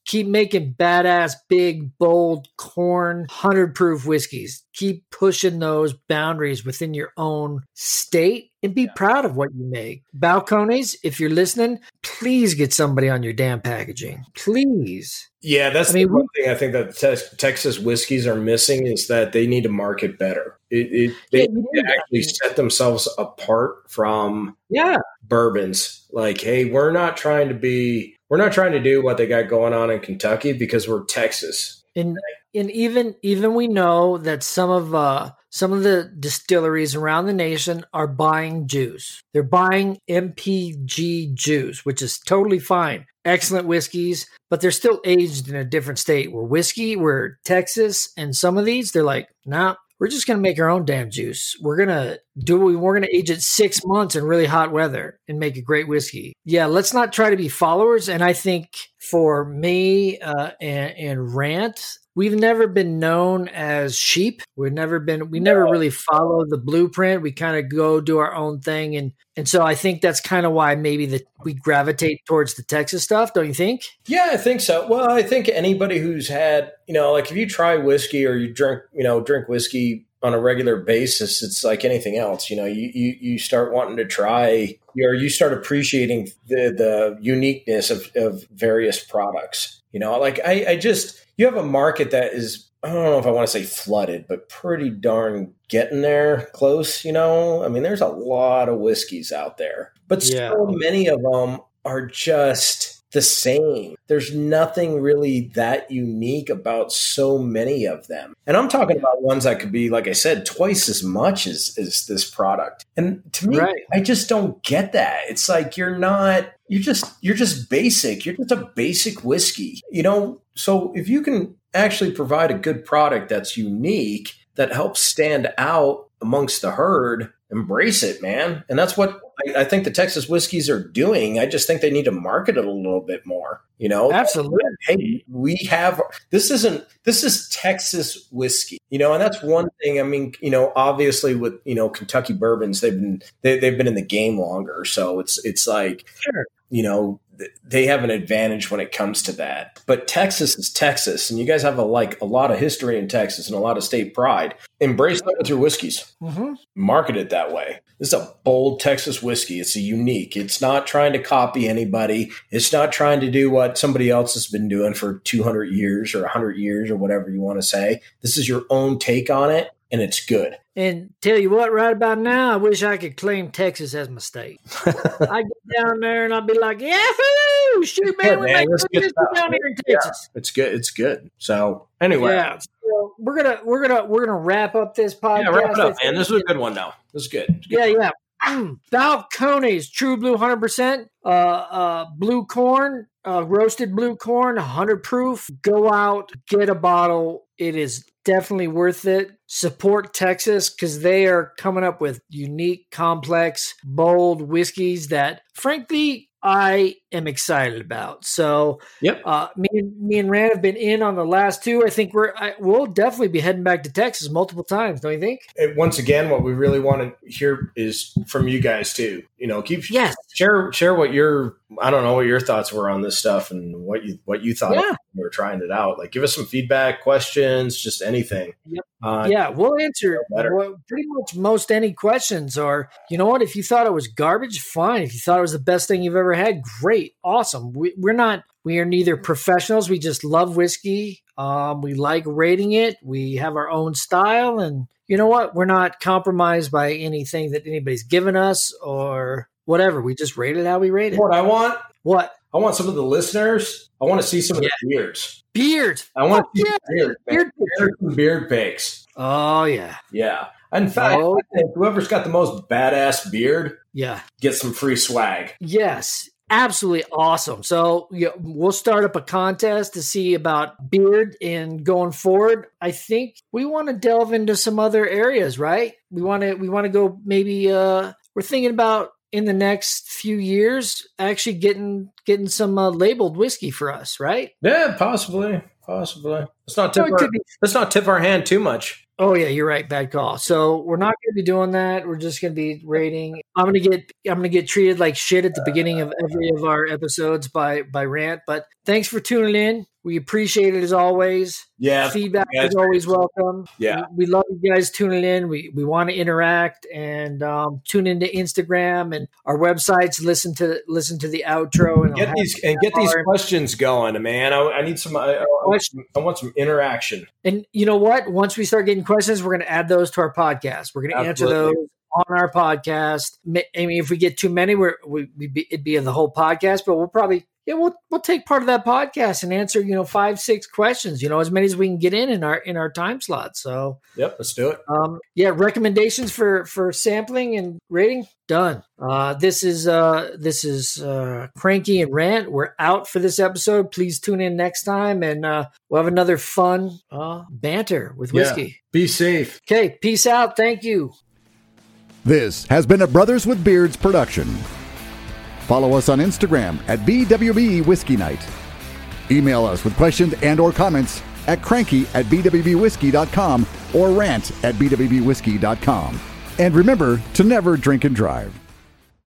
[SPEAKER 3] keep making badass, big, bold corn, 100 proof whiskeys. Keep pushing those boundaries within your own state and be proud of what you make. Balconies, if you're listening, please get somebody on your damn packaging. Please.
[SPEAKER 2] Yeah, that's
[SPEAKER 3] I mean,
[SPEAKER 2] the one thing I think that te- Texas whiskeys are missing is that they need to market better. It, it, they
[SPEAKER 3] Yeah,
[SPEAKER 2] need
[SPEAKER 3] you
[SPEAKER 2] to
[SPEAKER 3] do.
[SPEAKER 2] actually set themselves apart from
[SPEAKER 3] Yeah.
[SPEAKER 2] bourbons. Like, hey, we're not trying to be, we're not trying to do what they got going on in Kentucky because we're Texas.
[SPEAKER 3] And and even even we know that some of uh some of the distilleries around the nation are buying juice. They're buying MPG juice, which is totally fine. Excellent whiskeys, but they're still aged in a different state. We're whiskey, we're Texas, and some of these they're like, nah, we're just gonna make our own damn juice. We're gonna do what we we're gonna age it six months in really hot weather and make a great whiskey. Yeah, let's not try to be followers. And I think for me uh, and, and Rant, we've never been known as sheep. We've never been we never really follow the blueprint. We kind of go do our own thing and and so I think that's kind of why maybe that we gravitate towards the Texas stuff, don't you think?
[SPEAKER 2] Yeah, I think so. Well, I think anybody who's had, you know, like if you try whiskey or you drink, you know, drink whiskey on a regular basis, it's like anything else. You know, you you, you start wanting to try, or you start appreciating the the uniqueness of of various products. You know, like I I just you have a market that is. I don't know if I want to say flooded, but pretty darn getting there close, you know? I mean, there's a lot of whiskeys out there, but
[SPEAKER 3] Yeah.
[SPEAKER 2] so many of them are just the same. There's nothing really that unique about so many of them. And I'm talking about ones that could be, like I said, twice as much as, as this product. And to me,
[SPEAKER 3] Right.
[SPEAKER 2] I just don't get that. It's like you're not you're just you're just basic. You're just a basic whiskey. You know, so if you can actually provide a good product that's unique that helps stand out amongst the herd, embrace it, man. And that's what I, I think the Texas whiskeys are doing. I just think they need to market it a little bit more. You know,
[SPEAKER 3] Absolutely.
[SPEAKER 2] hey, we have this isn't this is Texas whiskey, you know, and that's one thing. I mean, you know, obviously with you know Kentucky bourbons, they've been they, they've been in the game longer, so it's it's like
[SPEAKER 3] Sure.
[SPEAKER 2] you know th- they have an advantage when it comes to that. But Texas is Texas, and you guys have a like a lot of history in Texas and a lot of state pride. Embrace that with your whiskeys
[SPEAKER 3] hmm
[SPEAKER 2] market it that way. This is a bold Texas whiskey. It's a unique. It's not trying to copy anybody. It's not trying to do what somebody else has been doing for 200 years or 100 years or whatever you want to say. This is your own take on it and it's good.
[SPEAKER 3] And tell you what, right about now, I wish I could claim Texas as my
[SPEAKER 2] [laughs]
[SPEAKER 3] state. I get down there and I'll be like, Yahoo! Shoot, man,
[SPEAKER 2] Yeah,
[SPEAKER 3] we
[SPEAKER 2] man,
[SPEAKER 3] make
[SPEAKER 2] let's
[SPEAKER 3] good
[SPEAKER 2] get
[SPEAKER 3] business
[SPEAKER 2] that.
[SPEAKER 3] down here in
[SPEAKER 2] Yeah.
[SPEAKER 3] Texas.
[SPEAKER 2] It's good. It's good. So, anyway.
[SPEAKER 3] Yeah. So we're gonna we're gonna we're gonna wrap up this podcast.
[SPEAKER 2] Yeah, wrap it up,
[SPEAKER 3] That's-
[SPEAKER 2] man. This was a good one, though. This is good.
[SPEAKER 3] Yeah, yeah. [clears throat] Mm. Balcones, true blue, hundred percent. Uh, uh, blue corn, uh, roasted blue corn, hundred proof. Go out, get a bottle. It is definitely worth it. Support Texas because they are coming up with unique, complex, bold whiskeys that, frankly, I am excited about. So,
[SPEAKER 2] Yep.
[SPEAKER 3] uh, me and me and Rand have been in on the last two. I think we're I, we'll definitely be heading back to Texas multiple times. Don't you think?
[SPEAKER 2] And once again, what we really want to hear is from you guys, too. You know, keep
[SPEAKER 3] Yes.
[SPEAKER 2] share share what your I don't know what your thoughts were on this stuff and what you what you thought
[SPEAKER 3] Yeah.
[SPEAKER 2] when you were trying it out. Like give us some feedback, questions, just anything.
[SPEAKER 3] Yep.
[SPEAKER 2] Uh,
[SPEAKER 3] yeah, we'll answer
[SPEAKER 2] better.
[SPEAKER 3] what- pretty much most any questions. Or you know what? If you thought it was garbage, fine. If you thought it was the best thing you've ever had, great, awesome. We, we're not. We are neither professionals. We just love whiskey. Um, we like rating it. We have our own style, and you know what? We're not compromised by anything that anybody's given us or whatever. We just rate it how we rate
[SPEAKER 2] You
[SPEAKER 3] it.
[SPEAKER 2] know What I want,
[SPEAKER 3] What
[SPEAKER 2] I want some of the listeners. I want to see some of
[SPEAKER 3] Yeah.
[SPEAKER 2] the beards.
[SPEAKER 3] beard?
[SPEAKER 2] I want
[SPEAKER 3] Fuck
[SPEAKER 2] to see
[SPEAKER 3] yeah,
[SPEAKER 2] some beard, man.
[SPEAKER 3] beard
[SPEAKER 2] Share
[SPEAKER 3] picture.
[SPEAKER 2] some beard pics.
[SPEAKER 3] Oh yeah,
[SPEAKER 2] Yeah. In fact,
[SPEAKER 3] Oh.
[SPEAKER 2] I think whoever's got the most badass beard
[SPEAKER 3] yeah.
[SPEAKER 2] gets some free swag.
[SPEAKER 3] Yes, absolutely awesome. So yeah, we'll start up a contest to see about beard and going forward. I think we want to delve into some other areas, right? We want to we want to go maybe uh we're thinking about in the next few years actually getting getting some uh, labeled whiskey for us, right?
[SPEAKER 2] Yeah, possibly, possibly. Let's not
[SPEAKER 3] So
[SPEAKER 2] tip
[SPEAKER 3] it
[SPEAKER 2] our,
[SPEAKER 3] could be
[SPEAKER 2] let's not tip our hand too much.
[SPEAKER 3] Oh yeah, you're right. Bad call. So we're not going to be doing that. We're just going to be rating. I'm going to get I'm going to get treated like shit at the beginning of every of our episodes by by rant. But thanks for tuning in. We appreciate it as always.
[SPEAKER 2] Yeah,
[SPEAKER 3] Feedback
[SPEAKER 2] guys.
[SPEAKER 3] is always welcome.
[SPEAKER 2] Yeah.
[SPEAKER 3] we, we love you guys tuning in. We we want to interact and um, tune into Instagram and our websites. Listen to listen to the outro and I'll
[SPEAKER 2] get
[SPEAKER 3] have-
[SPEAKER 2] these and get these questions going, man. I, I need some. I, I, want some- I want some interaction.
[SPEAKER 3] And you know what? Once we start getting questions, we're going to add those to our podcast. We're going to answer those
[SPEAKER 2] Absolutely.
[SPEAKER 3] on our podcast. Ma- I mean, if we get too many, we're, we we be, it'd be in the whole podcast, but we'll probably yeah we'll we'll take part of that podcast and answer you know five six questions. You know, as many as we can get in in our in our time slot. So
[SPEAKER 2] Yep, let's do it.
[SPEAKER 3] um, yeah, recommendations for for sampling and rating done. Uh, this is uh, this is uh, cranky and rant. We're out for this episode. Please tune in next time, and uh, we'll have another fun uh, banter with
[SPEAKER 2] Yeah.
[SPEAKER 3] whiskey.
[SPEAKER 2] Be safe.
[SPEAKER 3] Okay, peace out. Thank you.
[SPEAKER 1] This has been a Brothers with Beards production. Follow us on Instagram at BWB Whiskey Night. Email us with questions and or comments at cranky at bwbwhiskey.com or rant at bwbwhiskey.com. And remember to never drink and drive.